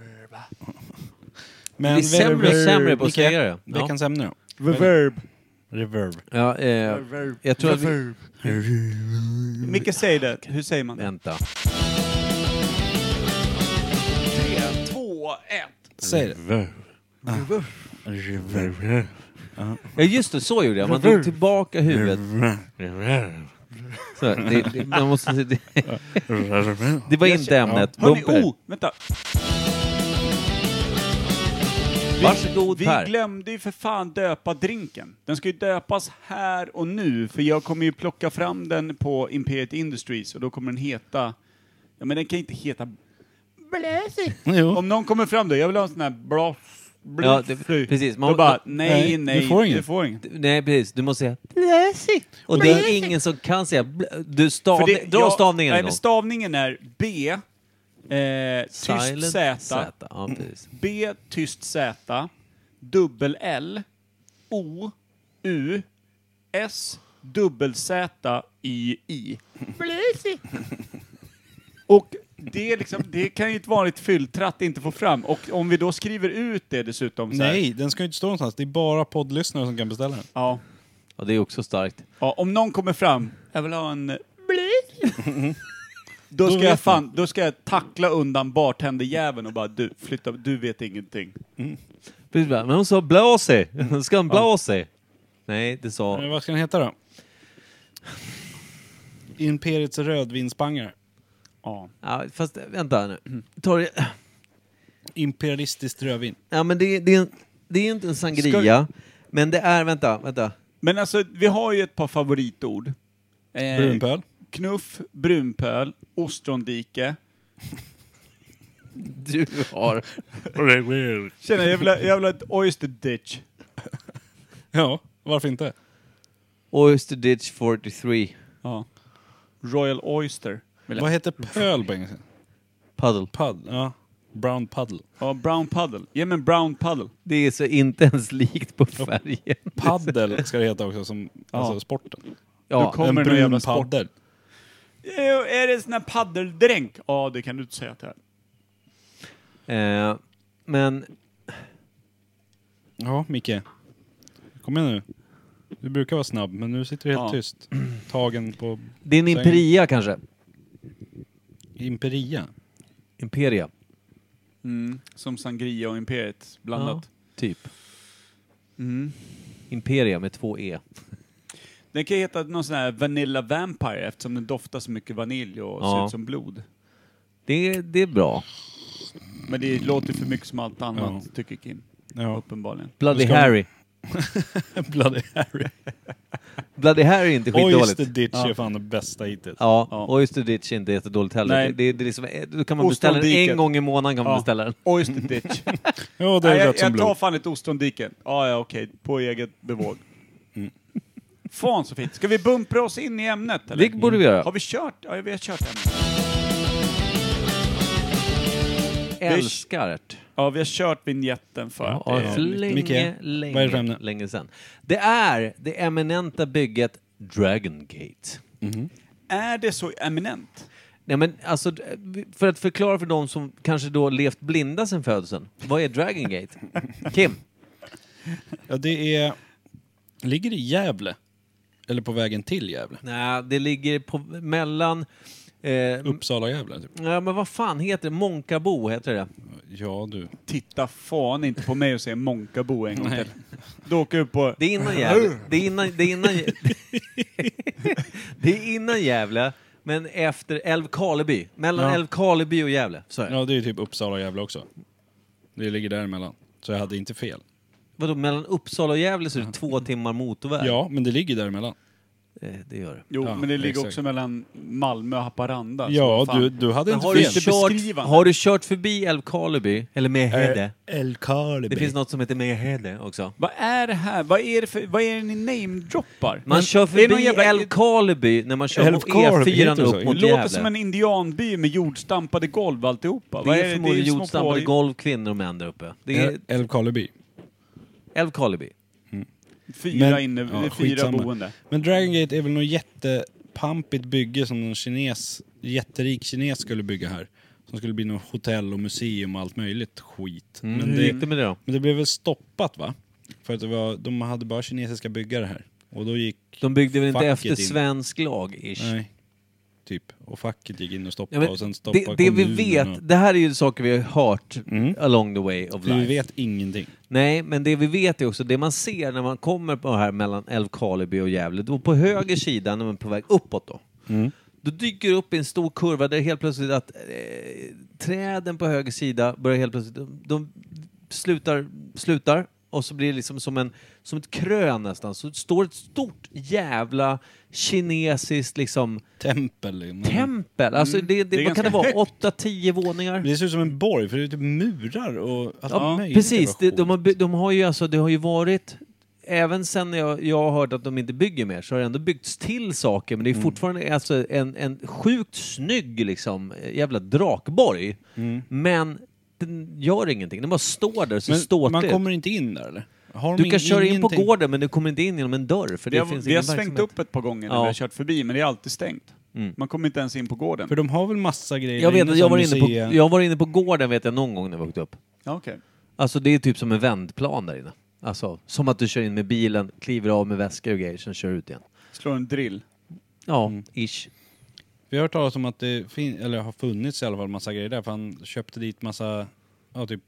Men Vi är sämre och reverb- sämre på att vilka- säga det. Ja. Veckans ämne då? Reverb. Reverb. Ja, eh, Reverb. jag tror att vi... Reverb. Micke, säg det. Hur säger man det? Vänta. Tre, två, ett. Säg det. Ja just det, så gjorde jag. Man drog tillbaka huvudet. Så, det, det, man måste, det, det var inte ämnet. Hörni, Bumper. oh, vänta. Varsågod Vi Per. glömde ju för fan döpa drinken. Den ska ju döpas här och nu, för jag kommer ju plocka fram den på Imperiet Industries och då kommer den heta... Ja, men den kan inte heta... Blösi. Jo. Om någon kommer fram då, jag vill ha en sån här blås... Ja, Ja, det- precis. Man- då bara, nej, nej, du nej, får inget. Du får inget. Nej precis, du måste säga Blösi. Och det är ingen som kan säga bl- du stav, För det- Dra jag- stavningen nej, en gång. men Stavningen är B, eh, tyst Z, Silent Z. Ja, precis. B, tyst Z, dubbel L, O, U, S, dubbel Z, Y, I. Och det, är liksom, det kan ju ett vanligt fylltratt inte få fram. Och om vi då skriver ut det dessutom så här, Nej, den ska ju inte stå någonstans. Det är bara poddlyssnare som kan beställa den. Ja, Och det är också starkt. ja, om någon kommer fram, jag vill ha en Då ska, jag fan, då ska jag tackla undan bartenderjäveln och bara du, flytta, du vet ingenting. Precis, bara, Men hon sa Blösi. Ska han Blösi? Nej, det Men sa... vad ska den heta då? Imperiets rödvinspangare. Ja. Ja, fast eh, vänta nu. Ta det... Imperialistiskt rödvin. Ja, men det, det, det är inte en sangria. Men det är, vänta, vänta. Men alltså, vi har ju ett par favoritord. Eh, Brunpöl. Knuff, brunpöl, ostrondike. Du har... Tjena, jag vill ha, jag vill ha ett oyster ditch. Ja, varför inte? Oyster Ditch 43. Ja. Royal oyster. Vill jag. Vad heter pöl på engelska? Puddle. Puddle. Ja. Brown puddle. Ja, brown puddle. Ge mig en brown puddle. Det är så inte ens likt på färgen. Paddel ska det heta också, som alltså sporten. Då Ja, kom- Kommer en det någon jävla brun sport? paddel. Eh, Är det sån här paddeldränk? Ja, det kan du inte säga att det är. eh, men Ja, Micke. Kom igen nu. Du brukar vara snabb, men nu sitter du helt Ja. tyst. Tagen på det är en imperia kanske. Imperia. Imperia. Mm. Som sangria och imperiet blandat. Typ. Mm. Imperia med två E. Den kan heta någon sån här Vanilla Vampire eftersom den doftar så mycket vanilj och ser Ja. ut som blod. Det, det är bra. Men det låter för mycket som allt annat, Ja. tycker Kim. Ja. Uppenbarligen. Bloody Ska- Harry. Bloody Harry. Bloody Harry är inte skitdåligt. Oyster Ditch Ja. är fan det bästa hittills. Ja, Ja. Oyster Ditch är inte jättedåligt heller. Nej. Det, det, det är liksom, då kan man beställa den Ostrondiket. en gång i månaden. Kan man Ja. beställa den. Oyster ditch. Ja, det Nej, är jag, rätt som jag tar blod. Mm. fan ett ostrondike. Ja, ja, okej. På eget bevåg. Fan så fint. Ska vi bumpra oss in i ämnet? Eller? Det borde vi göra. Har vi kört? Ja, vi har kört ämnet. Älskar det. Ja, vi har kört vignetten för att Ja, det är- för länge, Micke, länge, vad är det för ämne? länge sedan. Det är det eminenta bygget Dragon Gate. Är det så eminent? Nej, men alltså, för att förklara för de som kanske då levt blinda sedan födseln. Vad är Dragon Gate? Kim? Ja, det är... Ligger i Gävle? Eller på vägen till Gävle? Nej, det ligger på, mellan... Eh, Uppsala-Gävle, typ. ja, men vad fan heter det? Månkarbo heter det. Ja, du. Titta fan inte på mig och se Månkarbo en gång till. Då åker du på... Det är innan Gävle. Det är innan, det är innan, det är innan Gävle, men efter Älvkarleby. Mellan Ja. Älvkarleby och Gävle. Så är det. Ja, det är typ Uppsala-Gävle också. Det ligger däremellan. Så jag hade inte fel. Vadå, mellan Uppsala och Gävle så är det två timmar motorväg? Ja, men det ligger däremellan. Eh, Det gör det. Jo, Ja, men det ligger exakt. också mellan Malmö och Haparanda. så Ja, vad fan. du, du hade Alltså, Men inte har, du fel. kört, beskrivande. har du kört förbi Älvkarleby? Eller Eh, Mehede? Det Älvkarleby. finns något som heter Mehede också. Vad är det här? Vad är det, för, vad är det ni namedroppar? Man kör är det någon förbi jävla- Älvkarleby när man kör mot Älvkarleby, E4 heter det så? upp Det mot låter som Gävle. en indianby med jordstampade golv alltihopa. Det Vad är förmodligen små jordstampade på- golv, kvinnor och män där uppe. Det är Äl- Älvkarleby. Älvkarleby. Fyra, Men- inne, ja, fyra skitsamma. boende. Men Dragon Gate är väl något jättepampigt bygge som någon kines, jätterik kines skulle bygga här. Som skulle bli något hotell och museum och allt möjligt skit. Mm. Men, Hur det, gick det med det då? men det blev väl stoppat va? För att det var, de hade bara kinesiska byggare här. Och då gick... De byggde väl inte facket efter in. svensk lag, ish? Nej. Typ. Och facket gick in och Ja, stoppade men och sen stoppade det, det vi kommunen och- vet, det här är ju saker vi har hört Mm. along the way of Vi life. vet ingenting. Nej, men det vi vet är också, det man ser när man kommer på här mellan Älvkarleby och Gävle, då på höger sida när man är på väg uppåt då, då dyker det upp i en stor kurva där det helt plötsligt att eh, träden på höger sida börjar helt plötsligt, de, de slutar, slutar och så blir det liksom som, en, som ett krön nästan, så står ett stort jävla kinesiskt liksom Tempel. liksom. tempel. Alltså det, det, Mm. Det är vad kan det ganska vara, högt. 8-10 våningar? Det ser ut som en borg, för det är typ murar och allt Ja, möjligt. precis. De, jävla de, har, skit. by- de har ju alltså, det har ju varit, även sen när jag, jag har hört att de inte bygger mer, så har det ändå byggts till saker, men det är fortfarande alltså en, en sjukt snygg liksom, jävla drakborg. Men den gör ingenting, den bara står där så Men man ståtligt. kommer inte in där eller? Har de Du kan köra in på ingenting? gården men du kommer inte in genom en dörr för det Vi har, finns vi har ingen svängt verksamhet. upp ett par gånger när Ja. vi har kört förbi, men det är alltid stängt. Mm. Man kommer inte ens in på gården. För de har väl massa grejer Jag vet inne att jag som var inne på, museer. jag var inne på gården vet jag någon gång när vi åkte upp. Ja, okej. Alltså det är typ som en vändplan där inne. Alltså som att du kör in med bilen, kliver av med väskor och grejer, sen kör du ut igen. Slår en drill. Ja, Mm. ish. Vi har hört talas om att det fin- eller har funnits i alla fall massa grejer där, för han köpte dit massa, ja typ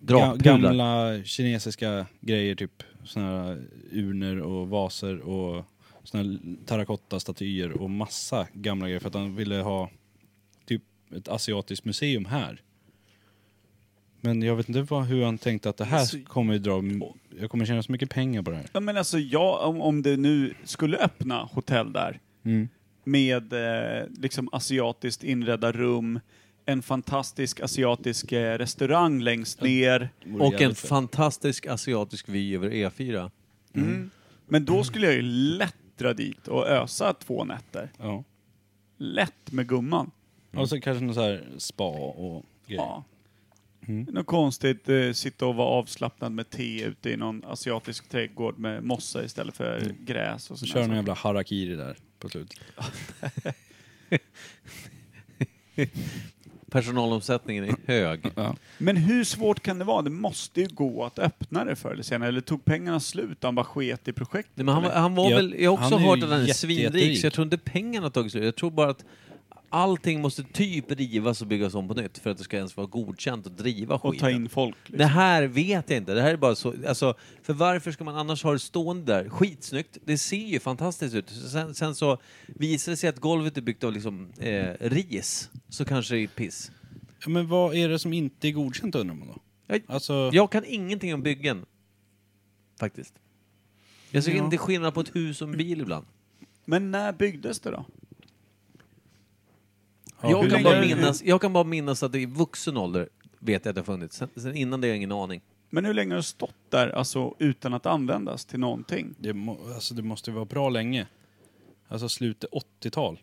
ga- Drakpudlar. gamla kinesiska grejer, typ såna här urner och vaser och såna här terrakottastatyer och massa gamla grejer för att han ville ha typ ett asiatiskt museum här. Men jag vet inte vad, hur han tänkte att det här Så- kommer ju dra, jag kommer tjäna så mycket pengar på det här. Ja, men alltså, jag, om, om det nu skulle öppna hotell där, Mm. med eh, liksom asiatiskt inredda rum, en fantastisk asiatisk eh, restaurang längst ner. Vore Och en jävligt fett. fantastisk asiatisk vy över E E4. Mm. Men då skulle jag ju lättra dit och ösa två nätter. Ja. Lätt med gumman. Och så kanske någon så här spa och grejer. Ja. Något konstigt, eh, sitta och vara avslappnad med te ute i någon asiatisk trädgård med mossa istället för gräs och Så sådana kör någon saker. jävla harakiri där på slutet. Personalomsättningen är hög. Men hur svårt kan det vara? Det måste ju gå att öppna det förr eller senare. Eller tog pengarna slut och han bara sket i projektet? Nej, men han, var- eller? han var Ja, väl, jag har också han är ju hört att han är jätte- svinrik, jätterik. så jag tror inte pengarna har tagit slut. Jag tror bara att allting måste typ rivas och byggas om på nytt för att det ska ens vara godkänt att driva skiten. och ta in folk. Liksom. Det här vet jag inte. Det här är bara så... Alltså, för varför ska man annars ha det stående där? Skitsnyggt. Det ser ju fantastiskt ut. Sen, sen så visar det sig att golvet är byggt av liksom eh, ris, så kanske det är piss. Ja, men vad är det som inte är godkänt undrar man då? Jag, Alltså, jag kan ingenting om byggen. Faktiskt. Jag ser inte skillnad på ett hus och en bil ibland. Men när byggdes det då? hur jag, kan länge- bara minnas, jag kan bara minnas att det i vuxen ålder vet jag att det har funnits. Sen, sen innan det har jag ingen aning. Men hur länge har det stått där alltså, utan att användas till någonting? Det, må, alltså, det måste ju vara bra länge. Alltså slutet 80-tal.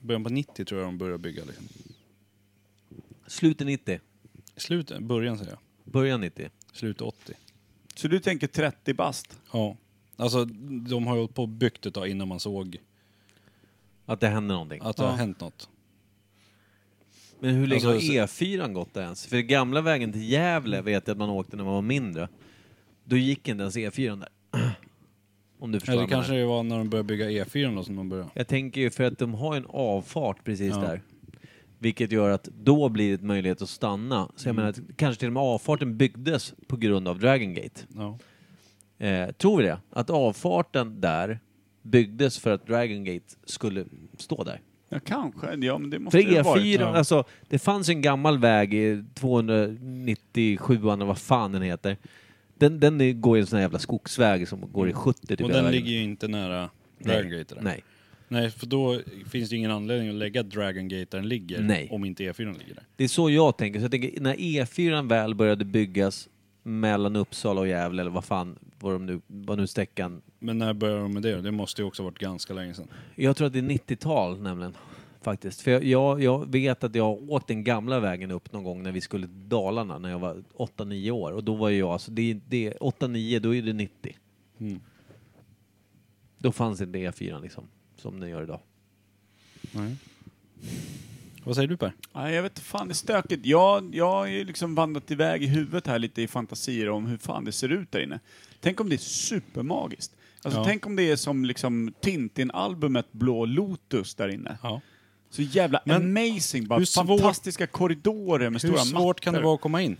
Början på 90 tror jag de började bygga. Liksom. Slutet 90, Slutet, början säger jag. början 90. Slutet 80. Så du tänker 30 bast? Ja. Alltså de har ju hållit på och byggt ett tag innan man såg Att det hände någonting. att det har hänt något. Men hur länge Alltså, har E4 gått där ens? För den gamla vägen till Gävle vet jag att man åkte när man var mindre. Då gick inte ens E4 där. Om du förstår vad Eller jag menar. kanske det var när de började bygga E E4 då som de började. Jag tänker ju för att de har ju en avfart precis Ja. där. Vilket gör att då blir det möjlighet att stanna. Så jag Mm. menar att kanske till och med avfarten byggdes på grund av Dragon Gate. Ja. Eh, tror vi det? Att avfarten där byggdes för att Dragon Gate skulle stå där. Ja, kanske. Ja, men det måste För det ha varit. E4, alltså det fanns ju en gammal väg i 297 eller vad fan den heter. Den, den är- går ju en sån här jävla skogsväg som går i 70 typ Och hela den vägen. ligger ju inte nära Dragon Gate där. Nej. Nej, för då finns det ju ingen anledning att lägga Dragon Gate där den ligger. Nej. Om inte E4 ligger där. Det är så jag tänker. Så jag tänker när E4 väl började byggas mellan Uppsala och Gävle eller vad fan var de nu, vad nu sträckan. Men när började de med det? Det måste ju också ha varit ganska länge sedan. Jag tror att det är 90-tal nämligen. Faktiskt. För jag, jag, jag vet att jag har åkt den gamla vägen upp någon gång när vi skulle till Dalarna när jag var 8-9 år. Och då var ju jag, alltså det, är- det, är 8-9 då är det 90. Mm. Då fanns inte E4 liksom, som den gör idag. Nej. Vad säger du Per? Ja, jag vet inte, fan det är stökigt. Jag, jag har ju liksom vandrat iväg i huvudet här lite i fantasier om hur fan det ser ut där inne. Tänk om det är supermagiskt. Alltså, Ja. Tänk om det är som liksom Tintin-albumet Blå Lotus där inne. Ja. Så jävla Men amazing. Bara hur svårt- fantastiska korridorer med Hur stora svårt mattor. kan det vara att komma in?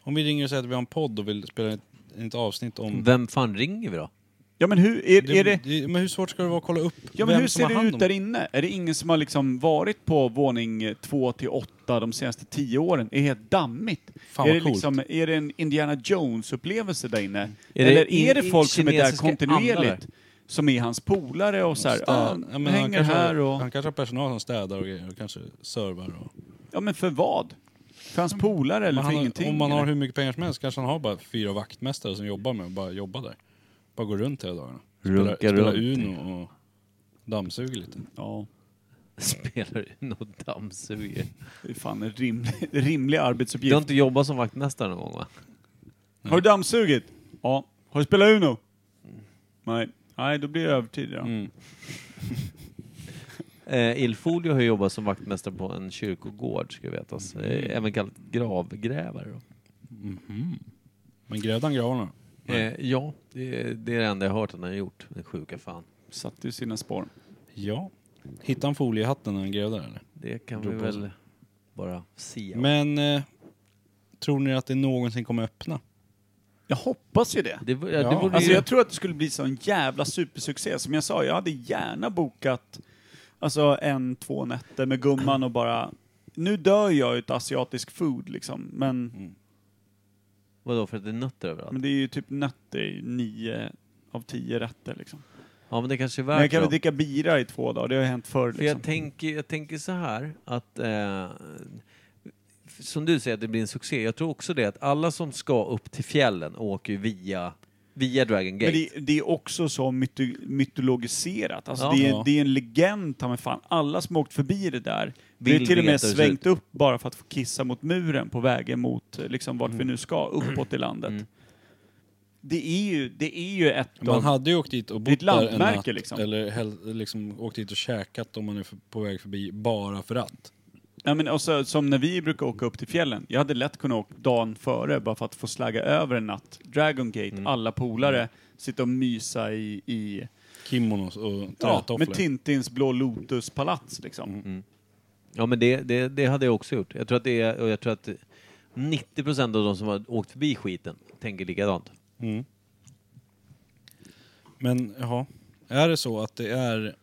Om vi ringer och säger att vi har en podd och vill spela ett, ett avsnitt om... Vem fan ringer vi då? Ja men hur, är, är det... Men hur svårt ska det vara att kolla upp Ja men vem hur som ser har hand det ut om där inne? Är det ingen som har liksom varit på våning 2 till 8 de senaste 10 åren? Är det helt dammigt? Fan, är, vad det coolt. liksom, är det en Indiana Jones-upplevelse där inne? det Eller in- är det folk som är där kinesiska andar kontinuerligt? där? Som är hans polare och så här, ah, Städ- Ja, men han, hänger kanske, här och... han kanske har personal som städar och, grejer och kanske servar. Och, Ja men för vad? För hans polare eller Men för han har, ingenting? om man har eller? hur mycket pengar som helst kanske han har bara fyra vaktmästare som jobbar med att bara jobba där. Bara går runt hela dagarna. Spela, Runka spela runt. Uno och dammsuger lite. Ja, Spelar in och dammsuger. det är fan en rimlig, rimlig Du arbetsuppgift. har inte jobbat som vaktmästare någon gång va? Har du dammsugit? Ja. Har du spelat Uno? Nej. Nej, då blir det övertid ja. Mm. Eh, Ilfolio har jobbat som vaktmästare på en kyrkogård, ska vetas. Eh, även kallat gravgrävare. Då. Mhm. Men grävde han gravarna? Eh, ja, det, är- det är det enda jag har hört att han har gjort. Den sjuka fan. Satte ju sina spår. Ja. Hittade han foliehatten när han grävde där eller? Det kan Drog vi på väl sig. bara se. om. Men eh, tror ni att det någonsin kommer öppna? Jag hoppas ju det. det, vore- ja, det Ja. vore Alltså ju... jag tror att det skulle bli sån jävla supersuccé. Som jag sa, jag hade gärna bokat alltså en, två nätter med gumman och bara... Nu dör jag utav asiatisk food liksom, men, Vadå, för att det är nötter överallt? men det är ju typ nötter i nio av tio rätter liksom. Ja, men det kanske är Men jag värt kan det. väl då. dricka bira i två dagar, det har ju hänt förr För jag liksom. tänker, jag tänker så här att... Eh, som du säger, att det blir en succé. Jag tror också det att alla som ska upp till fjällen åker ju via, via Dragon Gate. Men det, det är också så myto, mytologiserat. Alltså Ja. det, är, Ja. det är en legend, ta mig fan. Alla som åkt förbi det där, det är Vill till och med veta hur det ser svängt upp bara för att få kissa mot muren på vägen mot eh, liksom, vart vi nu ska, uppåt i landet. Det, är ju, det är ju ett Man av... hade ju åkt dit och Det är ett bott där en lantmärke, natt, liksom. Eller hel, liksom åkt dit och käkat om man är för, på väg förbi bara för att. Ja, men också, som när vi brukar åka upp till fjällen. Jag hade lätt kunnat åka dagen före bara för att få slagga över en natt. Dragon Gate, alla polare, sitta och mysa i, i Kimonos och ja, trätofflor. med Tintins blå Lotus-palats liksom. Ja, men det, det, det hade jag också gjort. Jag tror att, det är, och jag tror att 90% av de som har åkt förbi skiten tänker likadant. Mm. Men ja, är det så att det är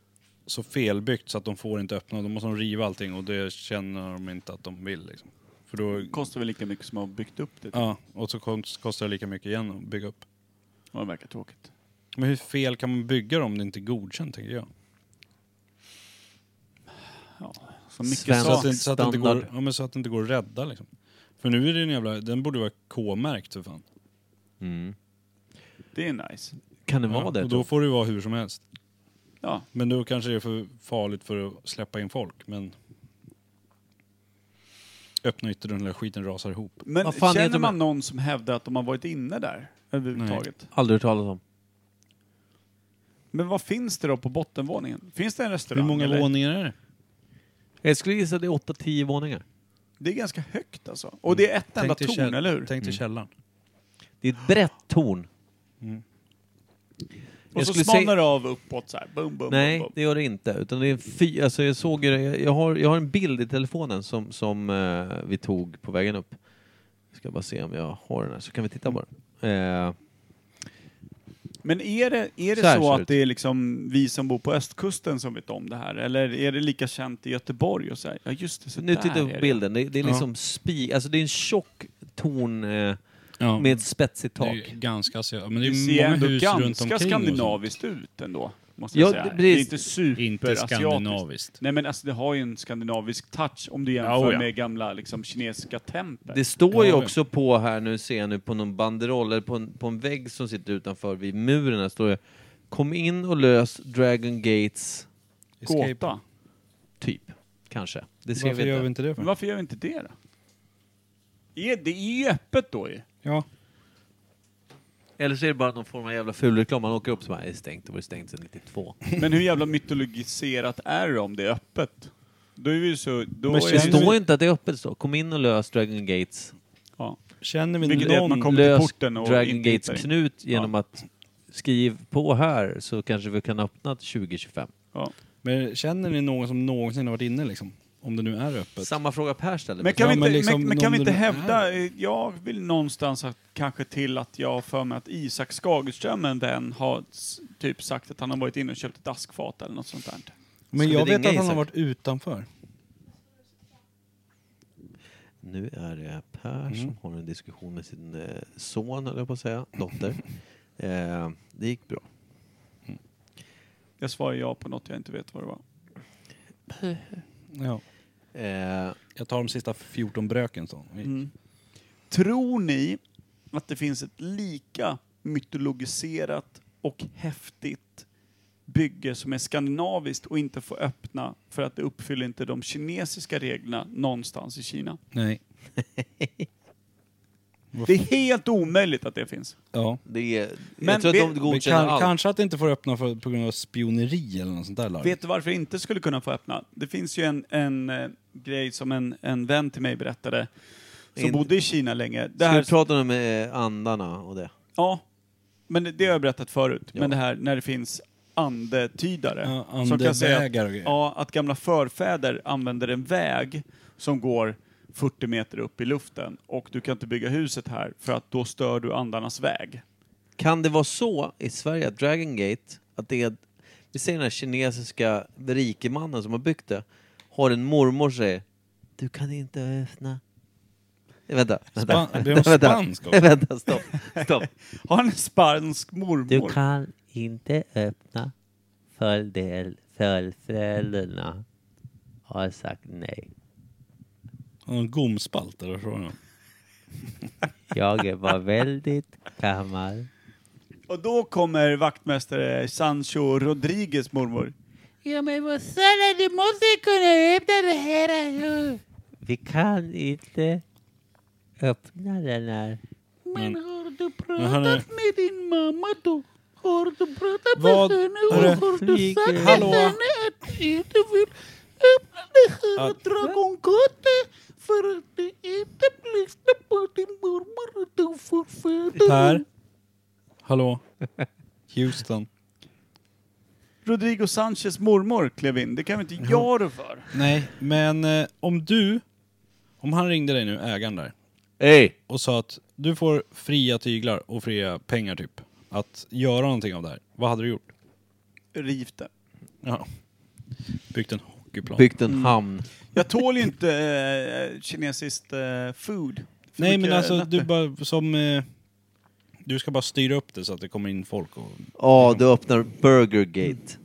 så felbyggt så att de får inte öppna, då måste de riva allting och det känner de inte att de vill. Liksom. För då, Kostar väl lika mycket som har byggt upp det. ja, och så kost- kostar det lika mycket igen att bygga upp. Ja, det verkar tråkigt. Men hur fel kan man bygga det om det inte är godkänt, tänker jag? Så mycket Sven- Så sa. att, det, så, att det inte går, Standard. ja, men så att det inte går att rädda liksom. För Men nu är det en jävla, den borde vara K-märkt för fan. Mm. Det är nice. Kan det vara Ja, det? tror och då jag? får det ju vara hur som helst. Ja, Men då kanske det är för farligt för att släppa in folk, men... Öppna ytterdörren, den där skiten rasar ihop. men Vad fan heter känner de- man någon som hävdar att de har varit inne där överhuvudtaget? Aldrig hört talas om. Men vad finns det då på bottenvåningen? Finns det en Hur restaurang? många eller? våningar är det? Jag skulle gissa att det är 8-10 våningar. Det är ganska högt alltså. Och det är ett enda dig torn, käll- eller hur? Tänk till källaren. Det är ett brett torn. Och så skulle smalnar säga- det av uppåt så här. Bum, bum, bum, Nej, bum. det gör det inte. Utan det är en fy, alltså jag, såg, ju det- jag, jag, har, jag har en bild i telefonen som, som eh, vi tog på vägen upp. Jag ska bara se om jag har den här, så kan vi titta på den. Eh, Men är det, är det Så här så, ser det ut. att det är liksom vi som bor på östkusten som vet om det här? Eller är det lika känt i Göteborg och så här? Ja just det, så nu där tittar är jag det. på bilden. Det, det är Ja. liksom spi, alltså det är en tjock torn eh, Ja. med ett spetsigt Det är tak. ju ganska så- Men det Det är ju ser många ändå hus runt ganska alltså. omkring. och skandinaviskt ut ändå, måste Ja, jag säga. det- Det är precis. inte så. Inte superasiatiskt. skandinaviskt. Nej men alltså det har ju en skandinavisk touch om du jämför Ja, oh ja. med gamla liksom kinesiska tempel. Det står ju Ja, ja. också på här, nu ser jag nu på någon banderoll, eller på en, på en vägg som sitter utanför vid muren, här står det Kom in och lös Dragon Gates, Gåta. typ. Kanske. Det ser Varför vi gör inte. vi inte det Men för? varför gör vi inte det då? Är, det är ju öppet då ju. Ja. Eller så är det bara någon form av jävla ful reklam. Man åker upp och bara, "Det är stängt, det var stängt sedan 92. Men hur jävla mytologiserat är det om det är öppet? Då är vi ju så... Då Men är Det känns- det ju, står ju inte att det är öppet så. Kom in och lös Dragon Gates. ja. Känner vi Vilket är att man någon... kommer till Lös porten och Dragon inte Gates hittar in. knut genom att skriv på här så kanske vi kan öppna till 2025. Ja. Men känner ni någon som någonsin har varit inne liksom? Om det nu är öppet. Samma fråga Per ställde. Men Men kan Ja, vi inte, men liksom men, men kan vi någon inte du- hävda, eh, jag vill någonstans att, kanske till att jag har för mig att Isak Skagerström, en vän, har s- typ sagt att han har varit inne och köpt ett askfat eller något sånt där. Men Ska jag vi ringa vet att han har Isak? varit utanför. Nu är det Per Mm. som har en diskussion med sin eh, son, eller jag på att säga, dotter. eh, det gick bra. Jag svarar ja på något jag inte vet vad det var. Ja. Eh, Jag tar de sista 14 bröken sa han. Mm. Tror ni att det finns ett lika mytologiserat och häftigt bygge som är skandinaviskt och inte får öppna för att det uppfyller inte de kinesiska reglerna någonstans i Kina? Nej. Det är helt omöjligt att det finns. Ja. det är, Men jag tror vi- att de Men godkänner kan, allt. kanske att det inte får öppna för, på grund av spioneri eller något sånt där larv. Vet du varför det inte skulle kunna få öppna? Det finns ju en, en eh, grej som en, en vän till mig berättade, som In- bodde i Kina länge. Det Ska här, vi prata om eh, andarna och det? ja, men det, det har jag berättat förut. Ja. Men det här när det finns andetydare. Ja, som kan säga andevägar och att, grejer. ja, att gamla förfäder använder en väg som går 40 meter upp i luften och du kan inte bygga huset här för att då stör du andarnas väg. Kan det vara så i Sverige att Dragon Gate, att det är, vi säger den här kinesiska rikemannen som har byggt det, har en mormor som säger Du kan inte öppna. Eh, Vänta, vänta. Span- blir de spansk också? vänta, stopp, stopp. Har en spansk Du mormor? kan inte öppna för, del, för föräldrarna har sagt nej. Har de gomspalt eller så? Jag var väldigt gammal. Och då kommer vaktmästare Sancho Rodriguez mormor. Ja men Rosanna, du måste kunna öppna det här nu. Vi kan inte öppna den här. Men har du Men hörni, med din mamma då? Har du pratat Vad- hörru, sagt hallå? att du inte vill öppna det här Att- dragongatan för att du inte lyssnar på din mormor och din förfäder? Per? Hallå? Houston? Rodrigo Sanchez mormor klev in. Det kan väl inte jag rå för? Nej, men eh, om du... Om han ringde dig nu, ägaren där, Hej! och sa att du får fria tyglar och fria pengar typ, att göra någonting av det här. Vad hade du gjort? Rivt det. Ja. Byggt en hockeyplan. Byggt en hamn. Jag tål ju inte eh, kinesiskt eh, food. För Nej men mycket alltså, nötter. du bara som... Eh, du ska bara styra upp det så att det kommer in folk och... Ja, du öppnar Burger Gate.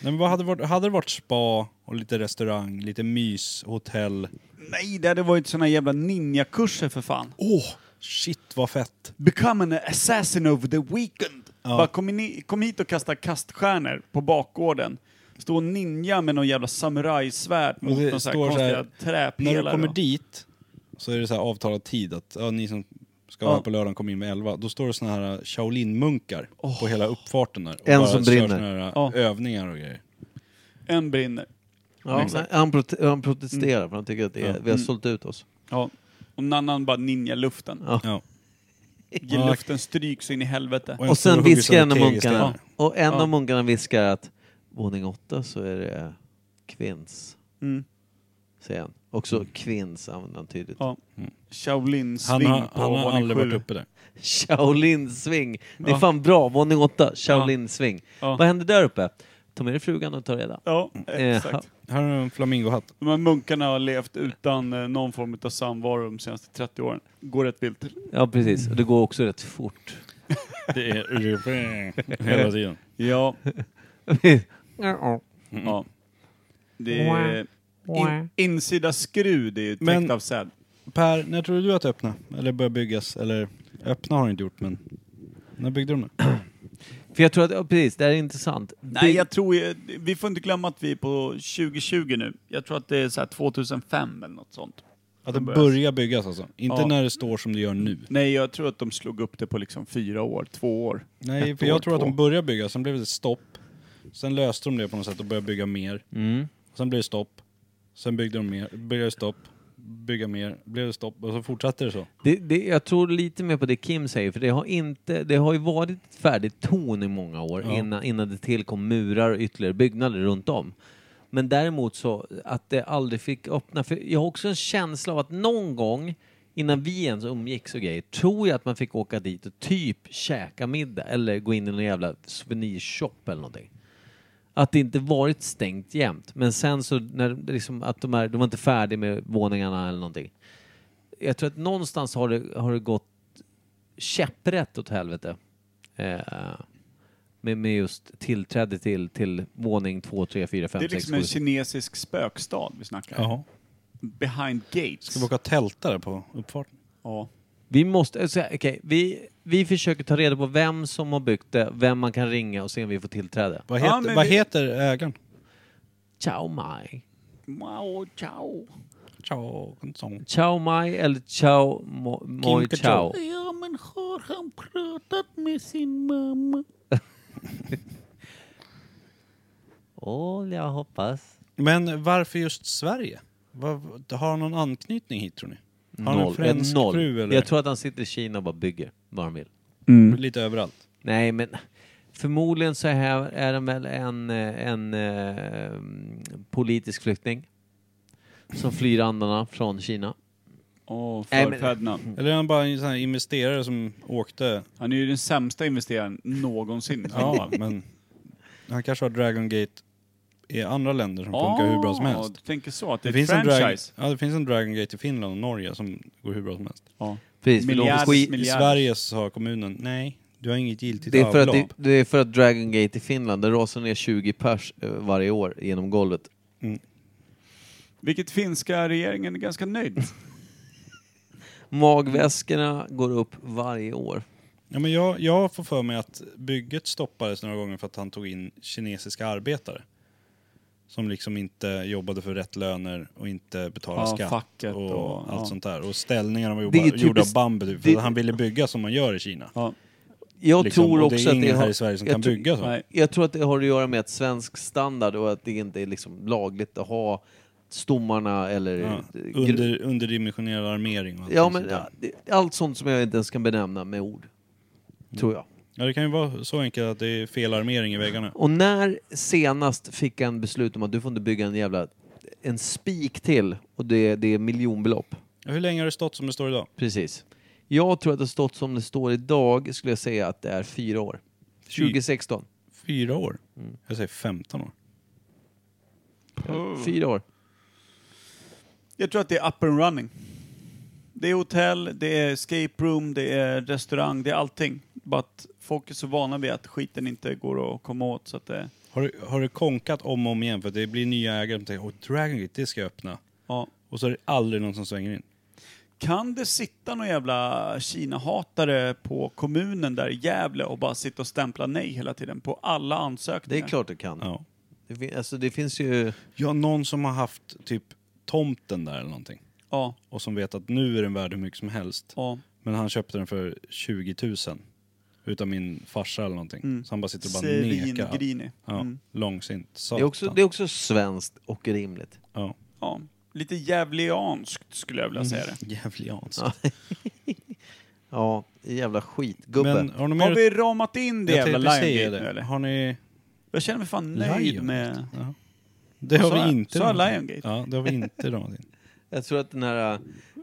Nej, men vad hade, varit, hade det varit spa och lite restaurang, lite mys, hotell? Nej, det hade varit såna jävla ninjakurser för fan. Åh, shit vad fett! Become an assassin over the weekend. Bara kom, in, kom hit och kasta kaststjärnor på bakgården. Stå och ninja med någon jävla samurajsvärd mot Och det någon sån här står så här, konstiga När träpelare. du kommer och- dit så är det så här avtalad tid att ja, ni som ska Ja. vara här på lördagen kommer in med 11. Då står det såna här äh, Shaolin-munkar på hela uppfarten där. Och En bara som kör brinner. Såna här äh, Ja. övningar och grejer. En brinner. Ja, exakt. han, prote- han protesterar för han tycker att det är, vi har Mm. sålt ut oss. Ja. Och en annan bara ninja-luften. Ja. Ja. Ge luften stryk så in i helvete. en Och stor sen hugger viskar en av sönder munkarna, tegelstenar. och en Ja. av munkarna viskar att våning åtta så är det kvinns, Mm. säger han. Också kvinns använder han tydligt. Ja. Han Shaolin-sving har, på han har våning aldrig varit sju. uppe där. Shaolin-sving. Det är Ja. fan bra, våning åtta, Shaolin-sving. Ja. Vad händer där uppe? Ta med dig frugan och ta reda. Ja, Ja. exakt. Här har du en flamingohatt. Eh, De här munkarna har levt utan eh, någon form av samvaro de senaste 30 åren. Går rätt vilt. Ja, precis. Och det går också rätt fort. Det är hela tiden. Ja. ja. Det är in, insida skrud är ju täckt Men- av säd. Per, när tror du att öppna? Eller börja byggas? Eller öppna har du inte gjort men... När byggde de det? För jag tror att, ja, precis, det här är intressant. Nej, jag tror ju, vi får inte glömma att vi är på 2020 nu. Jag tror att det är så här 2005 eller något sånt. Att det börjar- börjar byggas alltså? Inte Ja. när det står som det gör nu? Nej, jag tror att de slog upp det på liksom fyra år, två år. Nej, Ett för år, jag tror att två. de började bygga, sen blev det stopp. Sen löste de det på något sätt och började bygga mer. Mm. Sen blev det stopp. Sen byggde de mer, började det stopp. Bygga mer, blev det stopp och så fortsatte det så. Det, det, jag tror lite mer på det Kim säger, för det har, inte, det har ju varit ett färdigt torn i många år Ja. innan, innan det tillkom murar och ytterligare byggnader runt om. Men däremot så att det aldrig fick öppna. För jag har också en känsla av att någon gång innan vi ens umgicks och grejer tror jag att man fick åka dit och typ käka middag eller gå in i någon jävla souvenirshop eller någonting. Att det inte varit stängt jämt. Men sen så när liksom att de, här, de var inte färdiga med våningarna eller någonting jag tror att någonstans har det, har det gått käpprätt åt helvete. Eh, med, med just tillträde till, till våning 2, 3, 4, 5, Det är 6, liksom en 7. kinesisk spökstad vi snackar. Jaha. Behind gates. Ska vi åka och tälta där på uppfarten? Ja. Vi måste, alltså, okej, vi, vi försöker ta reda på vem som har byggt det, vem man kan ringa och se om vi får tillträde. Vad Ja, heter, men vad vi- heter ägaren? Ciao Mai. Wow, ciao. Ciao, en sån. Ciao Mai eller Ciao Mo, Moi Kim Ciao. Ja, men har han pratat med sin mamma? Åh, jag hoppas. Men varför just Sverige? Vad- har han någon anknytning hit tror ni? Har han en Noll. fransk Noll. fru eller? Jag tror att han sitter i Kina och bara bygger vad han vill. Mm. Lite överallt. Nej, men förmodligen så här är de väl en, eh, en eh, politisk flykting som flyr andarna från Kina. Åh, Nej, men- förfäderna. Eller är han bara en sån här investerare som åkte? Han är ju den sämsta investeraren någonsin. Ja, men han kanske har Dragon Gate i andra länder som funkar hur bra som helst. Du tänker så, att det, Det, är ett finns en drag, franchise. ja, det finns en Dragon Gate i Finland och Norge som går hur bra som helst. Ja. Precis, för de- Miljarders skit- I miljarders. Sverige sa kommunen, nej, du har inget giltigt det, är för att det, avlopp. det är för att Dragon Gate i Finland, där rasar ner 20 pers eh, varje år genom golvet. Vilket finska regeringen är ganska nöjd med. Magväskorna går upp varje år. Ja, men jag, jag får för mig att bygget stoppades några gånger för att han tog in kinesiska arbetare. Som liksom inte jobbade för rätt löner och inte betalade Ja, skatt facket och, och- allt ja. sånt där. Och ställningarna var Det är ju gjorda, gjorda av typiskt- bambu. Typ, för det- att han ville bygga som man gör i Kina. Ja. Jag Liksom, tror och också det är att det ingen här har, i Sverige som jag kan tror- bygga så. Nej. jag tror att det har att göra med att svensk standard och att det inte är liksom lagligt att ha stommarna eller Ja. gr- Under, underdimensionerad armering och allt Ja, sånt men där. ja, det- allt sånt som jag inte ens kan benämna med ord. Mm. Tror jag. Ja, det kan ju vara så enkelt att det är fel armering i väggarna. Och när senast fick han beslut om att du får inte bygga en jävla... En spik till och det, det är miljonbelopp. Ja, Hur länge har det stått som det står idag? Precis. Jag tror att det har stått som det står idag, skulle jag säga att det är fyra år. 2016. Fyra år? Mm. Jag säger 15 år. Oh. Fyra år. Jag tror att det är up and running. Det är hotell, det är escape room, det är restaurang, det är allting. Bara att folk är så vana vid att skiten inte går att komma åt så att det... Har Har du, har du konkat om och om igen för att det blir nya ägare som tänker åh Dragon Gate, det ska jag öppna. Ja. Och så är det aldrig någon som svänger in. Kan det sitta någon jävla Kina-hatare på kommunen där i Gävle och bara sitta och stämpla nej hela tiden på alla Det ansökningar? är klart det kan. Ja. Det, fin- alltså, det finns ju... ja, någon som har haft typ tomten där eller någonting. Ja, Och som vet att nu är den värd hur mycket som helst. ja. Men han köpte den för 20 000. Utav min farsa eller någonting. Mm. Så han bara sitter och bara nekar. Svingrinig. Ja, Mm. långsint. Det Satan. är, också, det är också svenskt och rimligt. Ja. Ja. Lite jävlianskt skulle jag vilja säga Mm. det. Djävulianskt. Ja. Ja, jävla skitgubbe. Men har ni Har mer... vi ramat in det Jag jävla tänkte Lion säga Gate nu det. eller? Har ni... Jag känner mig fan nöjd Lion med... Ja. Det Vad sa har jag? vi inte. Sa jag ramat in. Lion Gate? Ja, det har vi inte ramat in. Jag tror att den här...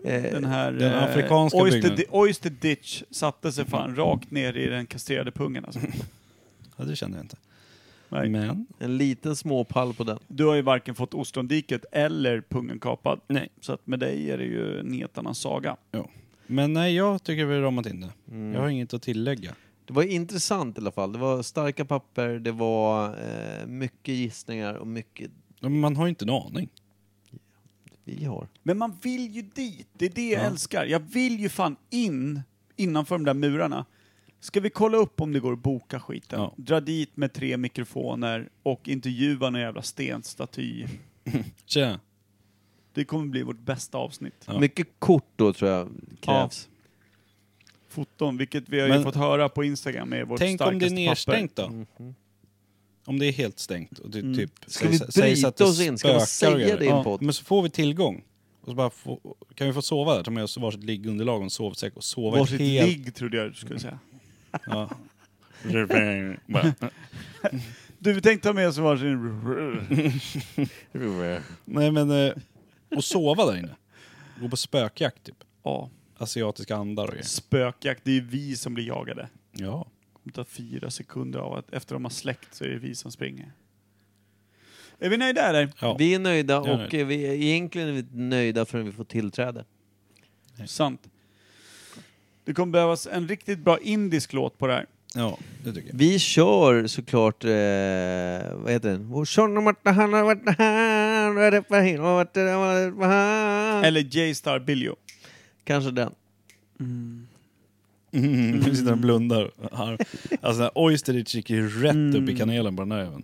Eh, Den här Den eh, afrikanska oyster, byggnaden. Mm. di- oyster Ditch satte sig fan rakt ner i den kastrerade pungen alltså. Ja, det kände jag inte. Nej. Men... En liten småpall på den. Du har ju varken fått ostrondiket eller pungen kapad. Nej. Så att med dig är det ju en helt annan saga. Men nej, jag tycker vi har ramat in det. Jag har inget att tillägga. Mm. Det var intressant i alla fall. Det var starka papper, det var eh, mycket gissningar och mycket Ja, men Man har ju inte en aning. vi har. Men man vill ju dit, det är det jag älskar. Jag vill ju fan in innanför de där murarna. Ska vi kolla upp om det går att boka skiten? Ja. Dra dit med tre mikrofoner och intervjua någon jävla stenstaty. Tja. Det kommer bli vårt bästa avsnitt. Ja. Mycket kort då tror jag krävs. Foton, vilket vi har ju Men- fått höra på Instagram är vårt Tänk om det är starkaste papper. Mm. nedstängt då? Om det är helt stängt och det typ Mhm. Ska vi bryta oss in? Ska vi säga det i Ja. en podd? Men så får vi tillgång. Och så bara få, kan vi få sova där? Ta med oss varsitt liggunderlag och en sovsäck och sova Varsitt helt... ligg trodde jag du skulle säga. Ja. Du, vi tänkte ta med oss varsin... Nej men... eh, Och sova där inne. Gå på spökjakt typ. Ja, Asiatiska andar och grejer. spökjakt, det är ju vi som blir jagade. Ja. Det tar fyra sekunder av att efter de har släckt så är det vi som springer. Är vi nöjda eller? ja. Vi är nöjda Jag är och eh, vi är egentligen är vi inte nöjda förrän vi får tillträde. Sant. Det kommer behövas en riktigt bra indisk låt på det här. Ja, det tycker jag. Vi kör såklart, eh, vad heter den? Och kör nu vart det handlar, vart det här, och det var här, och vart det var, vart det här. Eller J-Star Billio. Kanske den. Mm. Vi sitter och blundar. Här. Alltså den här Oyster Ditch gick ju rätt upp i kanelen på den här även.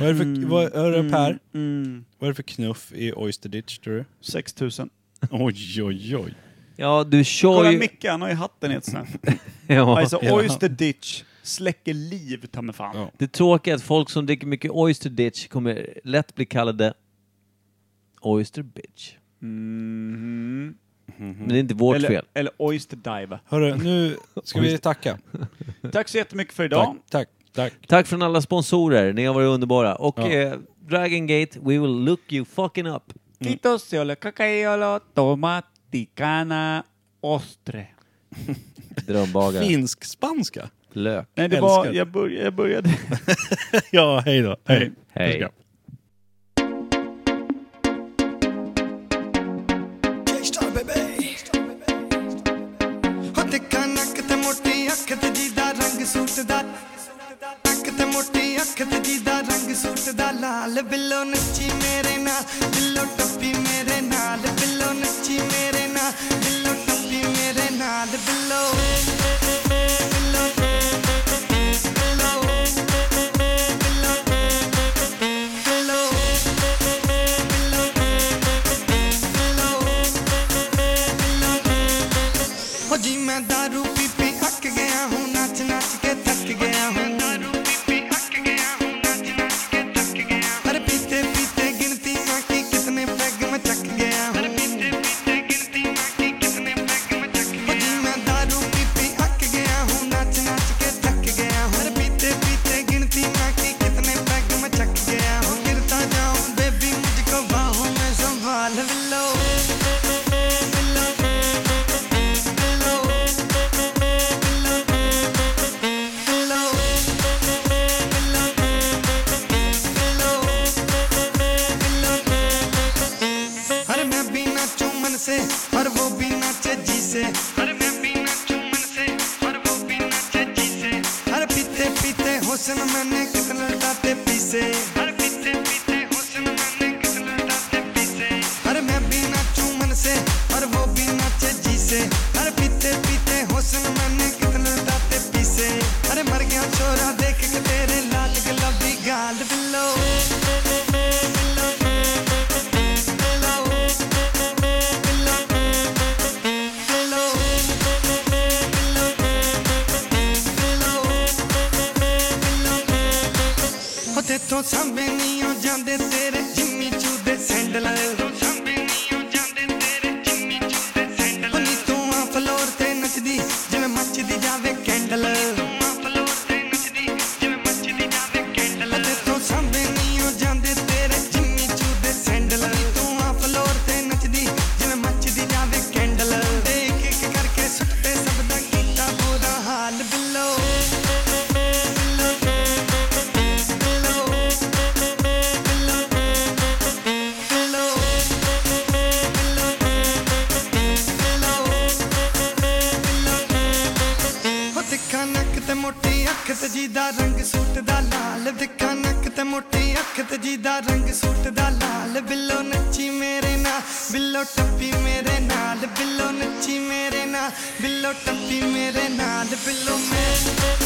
Vad är det för, vad, hörru Per, Mm. vad är det för knuff i Oyster Ditch tror du? 6000. Oj, oj, oj. Ja, du kör Kolla ju... Micke, han har ju hatten helt snett. Ja. Alltså Ja. Oyster Ditch släcker liv ta mig fan. Ja. Det tråkiga är att folk som dricker mycket Oyster Ditch kommer lätt bli kallade Oyster Bitch. Mhm. Men det är inte vårt Eller, fel. eller Oyster Dive. Hörru, nu ska vi tacka. Tack så jättemycket för idag. Tack, tack, tack. Tack från alla sponsorer, ni har varit underbara. Och Ja. eh, Dragon Gate, we will look you fucking up. Quitos, seola, cacaiolo, tomaticana, ostre. Drömbagare. Finsk-spanska. Lök. Nej, det Älskar. var, jag, började, jag började. Ja, hej då. Hej. Hej. Gangsta, baby. ਹੋ ਦੇਖਾਂ ਨੱਕ ਤੇ ਮੋਟੀ ਅੱਖ ਤੇ ਜੀਦਾ ਰੰਗ ਸੂਟ ਦਾ ਅੱਖ ਤੇ ਮੋਟੀ ਅੱਖ ਤੇ ਜੀਦਾ ਰੰਗ ਸੂਟ ਦਾ ਲਾਲ ਬਿੱਲੋ ਨੱਚੀ ਮੇਰੇ ਨਾਲ ਬਿੱਲੋ ਟੱਪੀ ਮੇਰੇ ਨਾਲ ਬਿੱਲੋ ਨੱਚੀ ਮੇਰੇ ਨਾਲ ਬਿੱਲੋ ਟੱਪੀ ਮੇਰੇ ਨਾਲ ਬਿੱਲੋ ਬਿੱਲੋ ਬਿੱਲੋ ਬਿੱਲੋ ਬਿੱਲੋ ਬਿੱਲੋ हो जी मैं दारू पी पी अक गया हूँ नाच नाच के थक गया हूँ अरे पीते पीते गिनती ना की कितने पैग में चक गया हूँ हो जी मैं दारू पी पी अक गया हूँ नाच नाच के थक गया हूँ अरे पीते पीते गिनती ना की कितने पैग में चक गया हूँ गिरता जाऊँ बेबी मुझको बाहों में संभाल लो लो Hello. Hello. ਪਿੱਛੇ ਹਰ ਪਿੱਛੇ ਪਿੱਛੇ ਹੁਸਨ ਮੰਨ ਕਿਸਨਾ ਦਾਤੇ ਪਿੱਛੇ ਹਰ ਮੈਂ ਵੀ ਨਾਚੂ ਮਨ ਸੇ ਹਰ ਉਹ ਵੀ ਨਾਚੇ ਜੀ ਸੇ ਹਰ ਪਿੱਛੇ ਪਿੱਛੇ ਹੁਸਨ ਮੰਨ ਕਿਸਨਾ ਦਾਤੇ ਪਿੱਛੇ ਹਰ ਮਰ ਗਿਆ ਚੋਰਾ ਦੇਖ ਕੇ ਤੇਰੇ ਲਾਲ ਗੁਲਾਬੀ ਗਾਲ ਬਿੱਲੋ ਉਹ ਤੇਥੋਂ ਸਾਂਭੇ ਨਹੀਂ ਉਹ ਜਾਂਦੇ ਤੇਰੇ ਜਿੰਮੀ ਚੂ ਦੇ ਸੈਂਡਲ ਉਹ ਨੀ ਤੂੰ ਆ ਫਲੋਰ ਤੇ ਨੱਚਦੀ ਜਿਵੇਂ ਮੱਚਦੀ ਜਾਵੇ ਕੈਂਡਲ ਉਹ ਤੇਥੋਂ ਸਾਂਭੇ ਨਹੀਂ ਉਹ ਜਾਂਦੇ ਤੇਰੇ ਜਿੰਮੀ ਚੂ ਦੇ ਸੈਂਡਲ ਤੂੰ ਆ ਫਲੋਰ ਤੇ ਨੱਚਦੀ ਜਿਵੇਂ ਮੱਚਦੀ ਜਾਵੇ ਕੈਂਡਲ ਦੇਖ ਇੱਕ ਕਰਕੇ ਸੁੱਟੇ ਸਭ ਦਾ ਕੀਤਾ ਬੁਰਾ ਹਾਲ ਬਿੱਲੋ ਹੋ ਤਿੱਖਾ ਨੱਕ ਤੇ ਮੋਟੀ ਅੱਖ ਤੇ ਜੀਦਾ ਰੰਗ ਸੂਟ ਦਾ ਲਾਲ ਤਿੱਖਾ ਨੱਕ ਤੇ ਮੋਟੀ ਅੱਖ ਤੇ ਜੀਦਾ ਰੰਗ ਸੂਟ ਦਾ ਲਾਲ ਬਿੱਲੋ ਨੱਚੀ ਮੇਰੇ ਨਾਲ ਬਿੱਲੋ ਟੱਪੀ ਮੇਰੇ ਨਾਲ ਬਿੱਲੋ ਨੱਚੀ ਮੇਰੇ ਨਾਲ ਬਿੱਲੋ ਟੱਪੀ ਮੇਰੇ ਨਾਲ ਬਿੱਲੋ ਮੇਰੇ